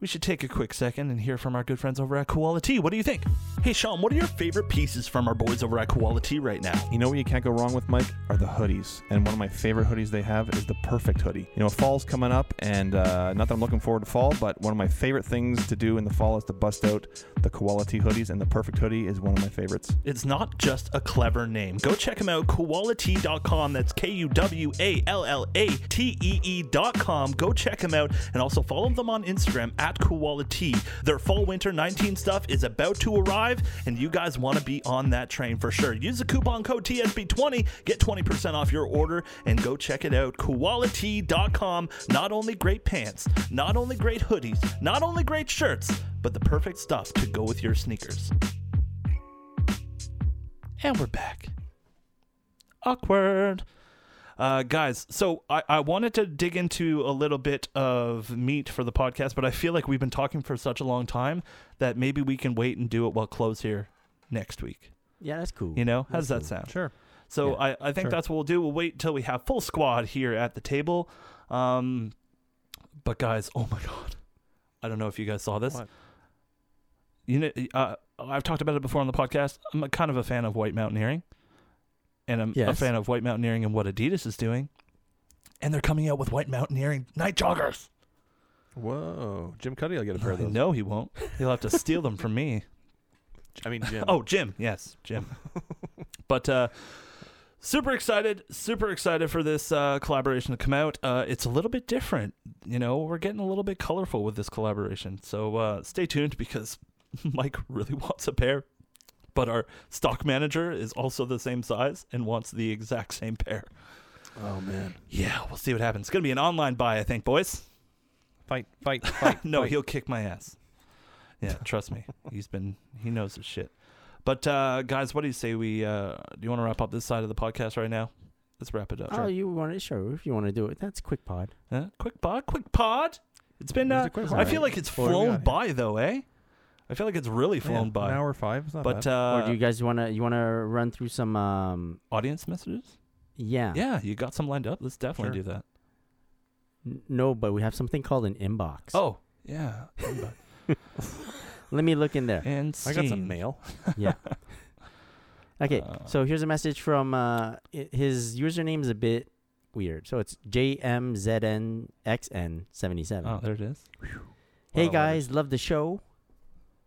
we should take a quick second and hear from our good friends over at Koala Tea. What do you think? Hey Sean, what are your favorite pieces from our boys over at Koala Tea right now?
You know what you can't go wrong with, Mike, are the hoodies. And one of my favorite hoodies they have is the perfect hoodie. You know, fall's coming up, and uh, not that I'm looking forward to fall, but one of my favorite things to do in the fall is to bust out the quality hoodies, and the perfect hoodie is one of my favorites.
It's not just a clever name. Go check them out, koalatea.com. That's K U W E A L L A T E E.com. Go check them out and also follow them on Instagram at at Koala Tea. Their fall winter 19 stuff is about to arrive, and you guys want to be on that train for sure. Use the coupon code TSB20, get 20% off your order, and go check it out. KoalaTee.com. Not only great pants, not only great hoodies, not only great shirts, but the perfect stuff to go with your sneakers. And we're back. Awkward. Uh, guys, so I, I wanted to dig into a little bit of meat for the podcast, but I feel like we've been talking for such a long time that maybe we can wait and do it while close here next week.
Yeah, that's cool.
You know, how does that sound?
Sure.
So
Yeah,
I, I think
sure.
that's what we'll do. We'll wait till we have full squad here at the table. Um, but guys, oh my god, I don't know if you guys saw this.
What?
You know, uh, I've talked about it before on the podcast. I'm a, kind of a fan of White Mountaineering, and I'm a
Yes.
fan of White Mountaineering and what Adidas is doing. And they're coming out with White Mountaineering night joggers.
Whoa. Jim Cuddy will get a pair of those.
No, he won't. He'll have to steal them from me.
I mean, Jim.
Oh, Jim. Yes, Jim. but uh, super excited, super excited for this uh, collaboration to come out. Uh, it's a little bit different. You know, we're getting a little bit colorful with this collaboration. So uh, stay tuned because Mike really wants a pair. But our stock manager is also the same size and wants the exact same pair.
oh man.
Yeah, we'll see what happens. It's going to be an online buy, I think, boys.
Fight, fight, fight.
no,
fight.
he'll kick my ass. Yeah, trust me. He's been he knows his shit. But uh guys, what do you say we uh do you want to wrap up this side of the podcast right now? Let's wrap it up.
Oh, you want to sure if you want to do it. That's quick pod.
Huh? Quick pod, quick pod. It's been
There's
uh,
a quick
I
pod.
feel like it's
What do we
flown
got?
by though, eh? I feel like it's really
Yeah,
flown by.
An hour five. It's not
but
bad.
uh
or do you guys want to you want to run through some um
audience messages?
yeah.
Yeah, you got some lined up. Let's definitely
Sure.
do that.
N- No, but we have something called an inbox.
Oh, yeah.
let me look in there.
and
I got
scene.
some mail.
Okay,
Uh,
so here's a message from uh, i- his username's a bit weird. So it's JMZNXN77.
Oh, there it is.
hey
Wow, that
guys, love the show.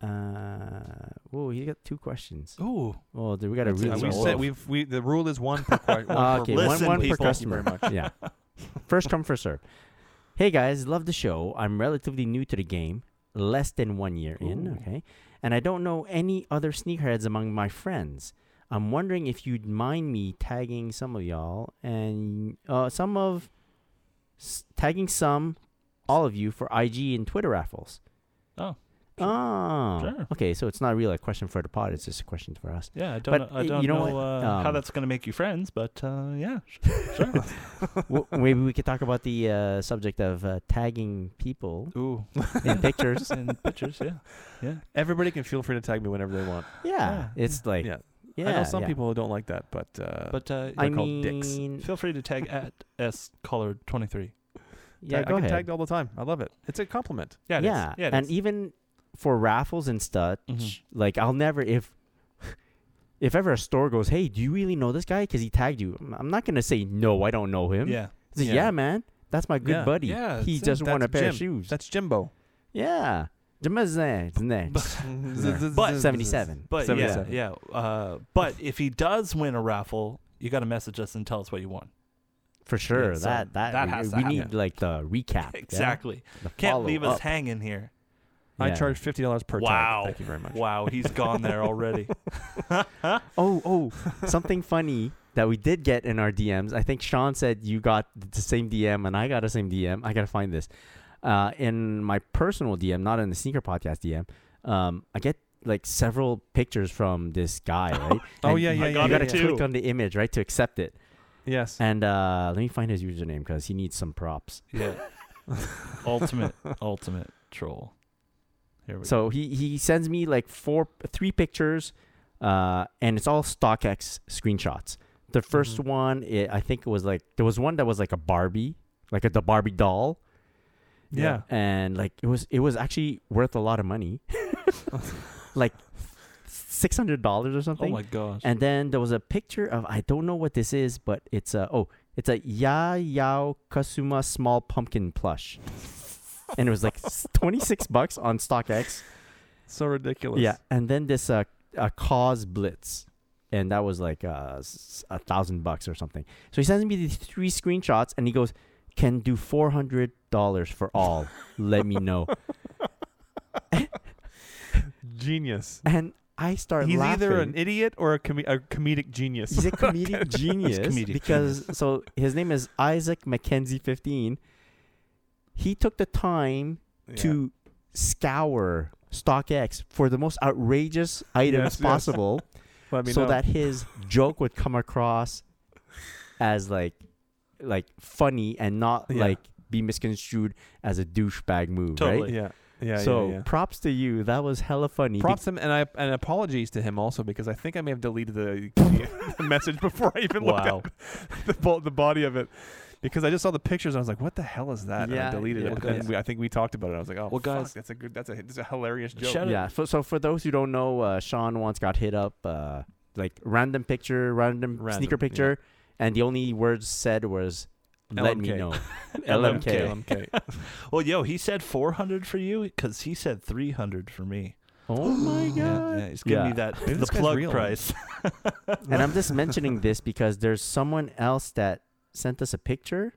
Uh, whoa, he got two questions.
Ooh.
Oh, dude, we got to
That's it.
read
Uh,
these
we
all
said
off.
we've we the rule is one per question.
Ah, okay,
Listen,
one, one per
people.
customer. yeah. First come, first serve. Hey guys, love the show. I'm relatively new to the game, less than one year in,
Ooh.
okay? And I don't know any other sneakerheads among my friends. I'm wondering if you'd mind me tagging some of y'all and uh, some of s- tagging some, all of you for IG and Twitter raffles.
Oh, sure.
Oh,
Sure.
okay. So it's not really a question for the pod; it's just a question for us.
Yeah, I don't
But
know, I
y-
don't
you know
know,
what?
uh, how
Um,
that's going to make you friends, but uh yeah,
W- maybe we could talk about the uh, subject of uh, tagging people
Ooh,
in pictures.
and pictures, yeah, yeah.
Everybody can feel free to tag me whenever they want.
Yeah,
Yeah,
it's like
yeah.
yeah.
I know some
yeah.
people who don't like that, but uh,
But uh,
I
they're called dicks.
mean,
feel free to tag at s collar twenty three.
yeah,
I, I get
go ahead.
tagged all the time. I love it. It's a compliment.
Yeah, it is.
yeah,
yeah, it
and E
is.
even for raffles and stuff,
Mhm.
like I'll never if if ever a store goes, hey, do you really know this guy? Because he tagged you. I'm- I'm not gonna say no, I don't know him.
yeah,
It's like,
yeah.
yeah. man, that's my
Yeah,
good buddy.
yeah,
he
it's-
just won
that's
a pair of
Jim.
shoes.
That's Jimbo.
yeah, Jamazan next
But-
seventy-seven.
but yeah,
77.
yeah. Uh, but if he does win a raffle, you got to message us and tell us what you won.
For sure,
so
that that,
that
we,
has to
we
happen.
need like the recap. yeah?
Exactly.
The
Can't leave us
follow-up.
hanging here.
I
Yeah.
charge fifty dollars per tag.
Wow.
Thank you very much.
Wow, he's gone there already.
Oh, oh, something funny that we did get in our DMs. I think Sean said you got the same DM and I got the same DM. I gotta find this. Uh, in my personal DM, not in the sneaker podcast DM, um, I get like several pictures from this guy, right?
Oh,
And
yeah,
you-
yeah,
You
yeah,
gotta
yeah, yeah.
click on the image, right, to accept it.
Yes.
And uh, let me find his username because he needs some props.
yeah. ultimate, ultimate troll. Here we
So he he sends me like four, three pictures, uh, and it's all StockX screenshots. The 1st
Mhm.
one, it, I think it was like there was one that was like a Barbie, like a the Barbie doll,
yeah.
and like it was it was actually worth a lot of money, like six hundred dollars or
go. Oh
something.
my gosh.
and then there was a picture of I don't know what this is, but it's a oh it's a Ya Yao Kasuma small pumpkin plush, and it was like twenty six bucks on StockX.
So ridiculous.
Yeah, and then this uh, a cause blitz, and that was like uh, s- a thousand bucks or something. So he sends me these three screenshots, and he goes, "Can do four hundred dollars for all. Let me know."
Genius.
and I start
He's
laughing.
either an idiot or a, com- a comedic genius.
He's a comedic genius
comedic
because so his name is Isaac Mackenzie 15. He took the time
Yeah.
to scour StockX for the most outrageous items
Yes, yes.
possible
Let me
so
know.
that his joke would come across as like like funny and not
Yeah.
like be misconstrued as a douchebag move,
Totally.
right?
Yeah. Yeah.
so
yeah, yeah.
props to you. That was hella funny.
Props him and I and apologies to him also because I think I may have deleted the, the message before I even looked
Wow.
at the, bo- the body of it because I just saw the pictures and I was like, "What the hell is that?" and I
Yeah,
deleted
yeah,
it. But then
guys.
we, I think we talked about it. I was like, "Oh,
Well,
fuck,
guys-
that's a good, that's a that's a hilarious joke."
Shout out-
yeah. For, so for those who don't know, uh, Sean once got hit up, uh, like random picture, random,
Random, yeah.
sneaker picture, and the only words said was "Let me
LMK.
know." LMK.
LMK.
Well, yo, he said 400 for you because he said 300 for me.
oh my
Yeah,
god!
yeah, he's giving
Yeah.
me that
Maybe
the
this guy's
plug
real.
price.
And I'm just mentioning this because there's someone else that sent us a picture.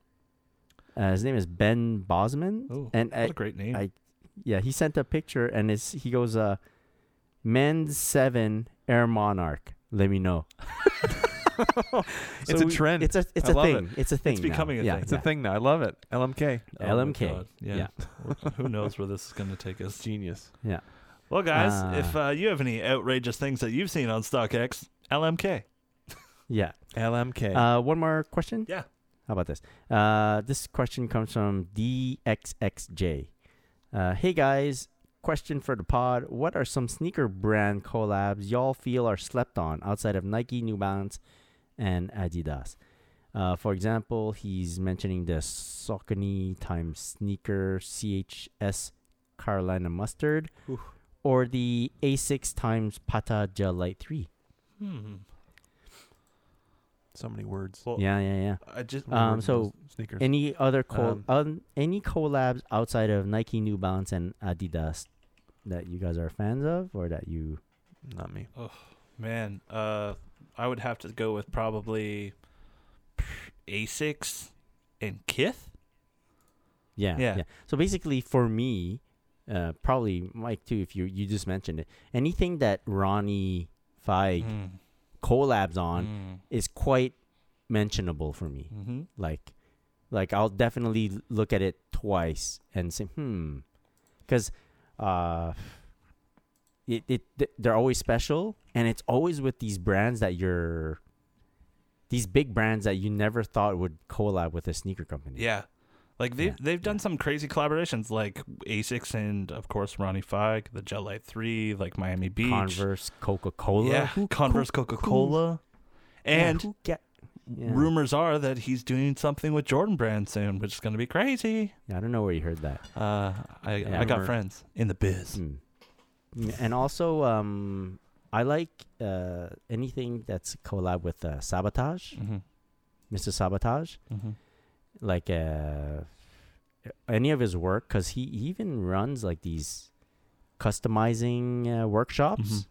Uh, his name is Ben Bosman,
Oh,
and
what
I,
a great name!
I- yeah, he sent a picture, and it's, he goes, uh, "Men's Seven Air Monarch." Let me know.
It's a trend.
It's a it's
I
a
love
thing. It's a thing. now.
becoming a
Yeah,
thing.
It's a thing now. I love it. LMK.
Oh my
LMK.
God, Yeah. Who knows where this is going to take us?
Genius.
Yeah.
Well, guys,
Ah.
if uh, you have any outrageous things that you've seen on StockX, LMK.
Yeah.
LMK.
Uh, one more question.
Yeah.
How about this? Uh, this question comes from DXXJ. Uh, hey guys, question for the pod. What are some sneaker brand collabs y'all feel are slept on outside of Nike, New Balance, and Adidas? Uh, for example, he's mentioning the Saucony Time Sneaker CHS Carolina Mustard
Oof.
or the A6 times Pata Gel Light 3.
Hmm.
so many words.
Well,
Yeah, yeah, yeah.
I just
Um,
Words
so
and sneakers.
Any other col-
Um,
un- any collabs outside of Nike, New Balance, and Adidas that you guys are fans of, or that you?
Not me.
man, uh, I would have to go with probably Asics and Kith.
Yeah,
Yeah.
yeah. So basically, for me, uh, probably Mike too. If you you just mentioned it, anything that Ronnie Fieg
Mm-hmm. Hmm.
collabs on is quite mentionable for me.
Mm-hmm.
Like, like I'll definitely l- look at it twice and say, hmm, because uh, it it th- they're always special, and it's always with these brands that you're, these big brands that you never thought would collab with a sneaker company.
Yeah. Like they've
Yeah,
they've done some crazy collaborations like Asics and of course Ronnie Fieg, the Gel Light Three, like Miami Beach.
Converse, Coca Cola.
Yeah, Converse Coca Cola. And
who get? Yeah.
rumors are that he's doing something with Jordan Brand soon, which is going to be crazy.
Yeah, I don't know where you heard that.
Uh, I,
Yeah.
I got
Rumor.
friends in the biz.
Mm. Mm, And also, um, I like uh, anything that's collab with uh, Sabotage,
Mm-hmm.
Mr. Sabotage,
Mm-hmm.
like uh, any of his work, because he even runs like these customizing uh, workshops,
Mhm.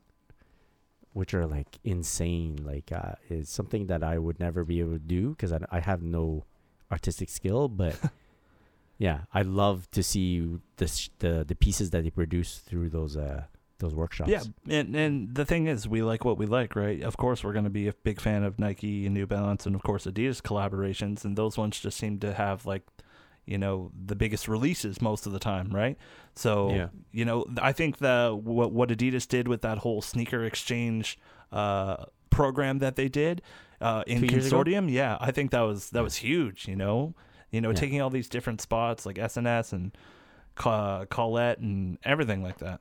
which are like insane. Like, uh, it's something that I would never be able to do because I, I have no artistic skill, but. Yeah, I love to see the, sh- the the pieces that they produce through those uh those workshops.
Yeah, and and the thing is, we like what we like, right? Of course, we're going to be a big fan of Nike and New Balance, and of course Adidas collaborations, and those ones just seem to have like, you know, the biggest releases most of the time, right?
Oh.
So
Yeah.
you know, I think the what what Adidas did with that whole sneaker exchange uh, program that they did uh, in
Two years ago?
consortium, yeah, I think that was that was huge. You know, you know,
Yeah.
taking all these different spots like SNS and uh, Colette and everything like that.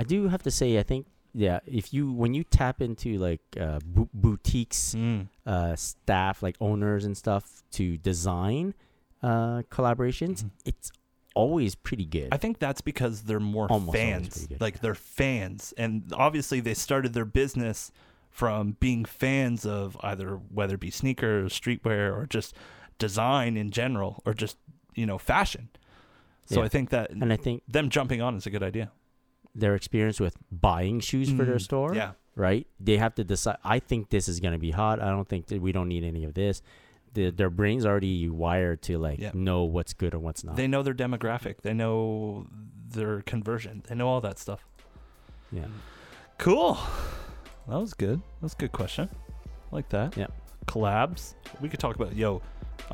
I do have to say, I think yeah, if you when you tap into like uh, bo- boutiques,
Mm.
uh, staff like owners and stuff to design uh, collaborations,
Mhm.
it's always pretty good.
I think that's because they're more
Almost always
fans.
pretty good,
Like they're fans, and obviously they started their business from being fans of either whether it be sneakers, streetwear, or just design in general, or just you know fashion. So
Yeah.
I think that
and I think
them jumping on is a good idea
their experience with buying shoes for their
Mm,
store,
Yeah,
right? They have to decide. I think this is going to be hot. I don't think that we don't need any of this. the, their brains already wired to like
Yeah.
know what's good and what's not.
They know their demographic. They know their conversion. They know all that stuff.
yeah.
Cool. That was good. That was a good question. I like that.
Yeah.
Collabs. We could talk about yo.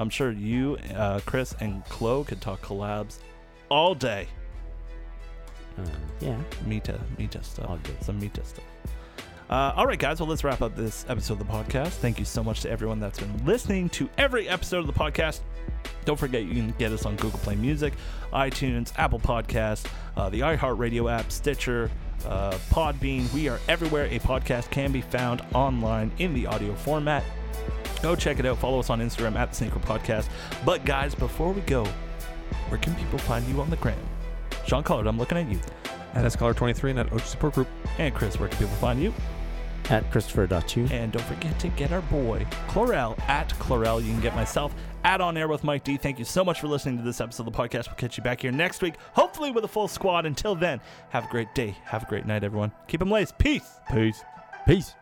I'm sure you, uh, Chris, and Chloe could talk collabs all day.
Uh, yeah.
Mita, Mita stuff.
All day.
Some Mita stuff. Uh, all right, guys. Well, let's wrap up this episode of the podcast. Thank you so much to everyone that's been listening to every episode of the podcast. Don't forget, you can get us on Google Play Music, iTunes, Apple Podcasts, uh, the iHeartRadio app, Stitcher, uh, Podbean. We are everywhere a podcast can be found online in the audio format. Go check it out. Follow us on Instagram at the Sneaker Podcast. But, guys, before we go, where can people find you on the gram? Sean Collard, I'm looking at you.
At Escalar23 and at Ocho Support Group.
And Chris, where can people find you?
At Christopher.chu.
And don't forget to get our boy, Chlorel, at Chlorel. You can get myself at On Air with Mike D. Thank you so much for listening to this episode of the podcast. We'll catch you back here next week, hopefully with a full squad. Until then, have a great day. Have a great night, everyone. Keep them laced. Peace.
Peace. Peace.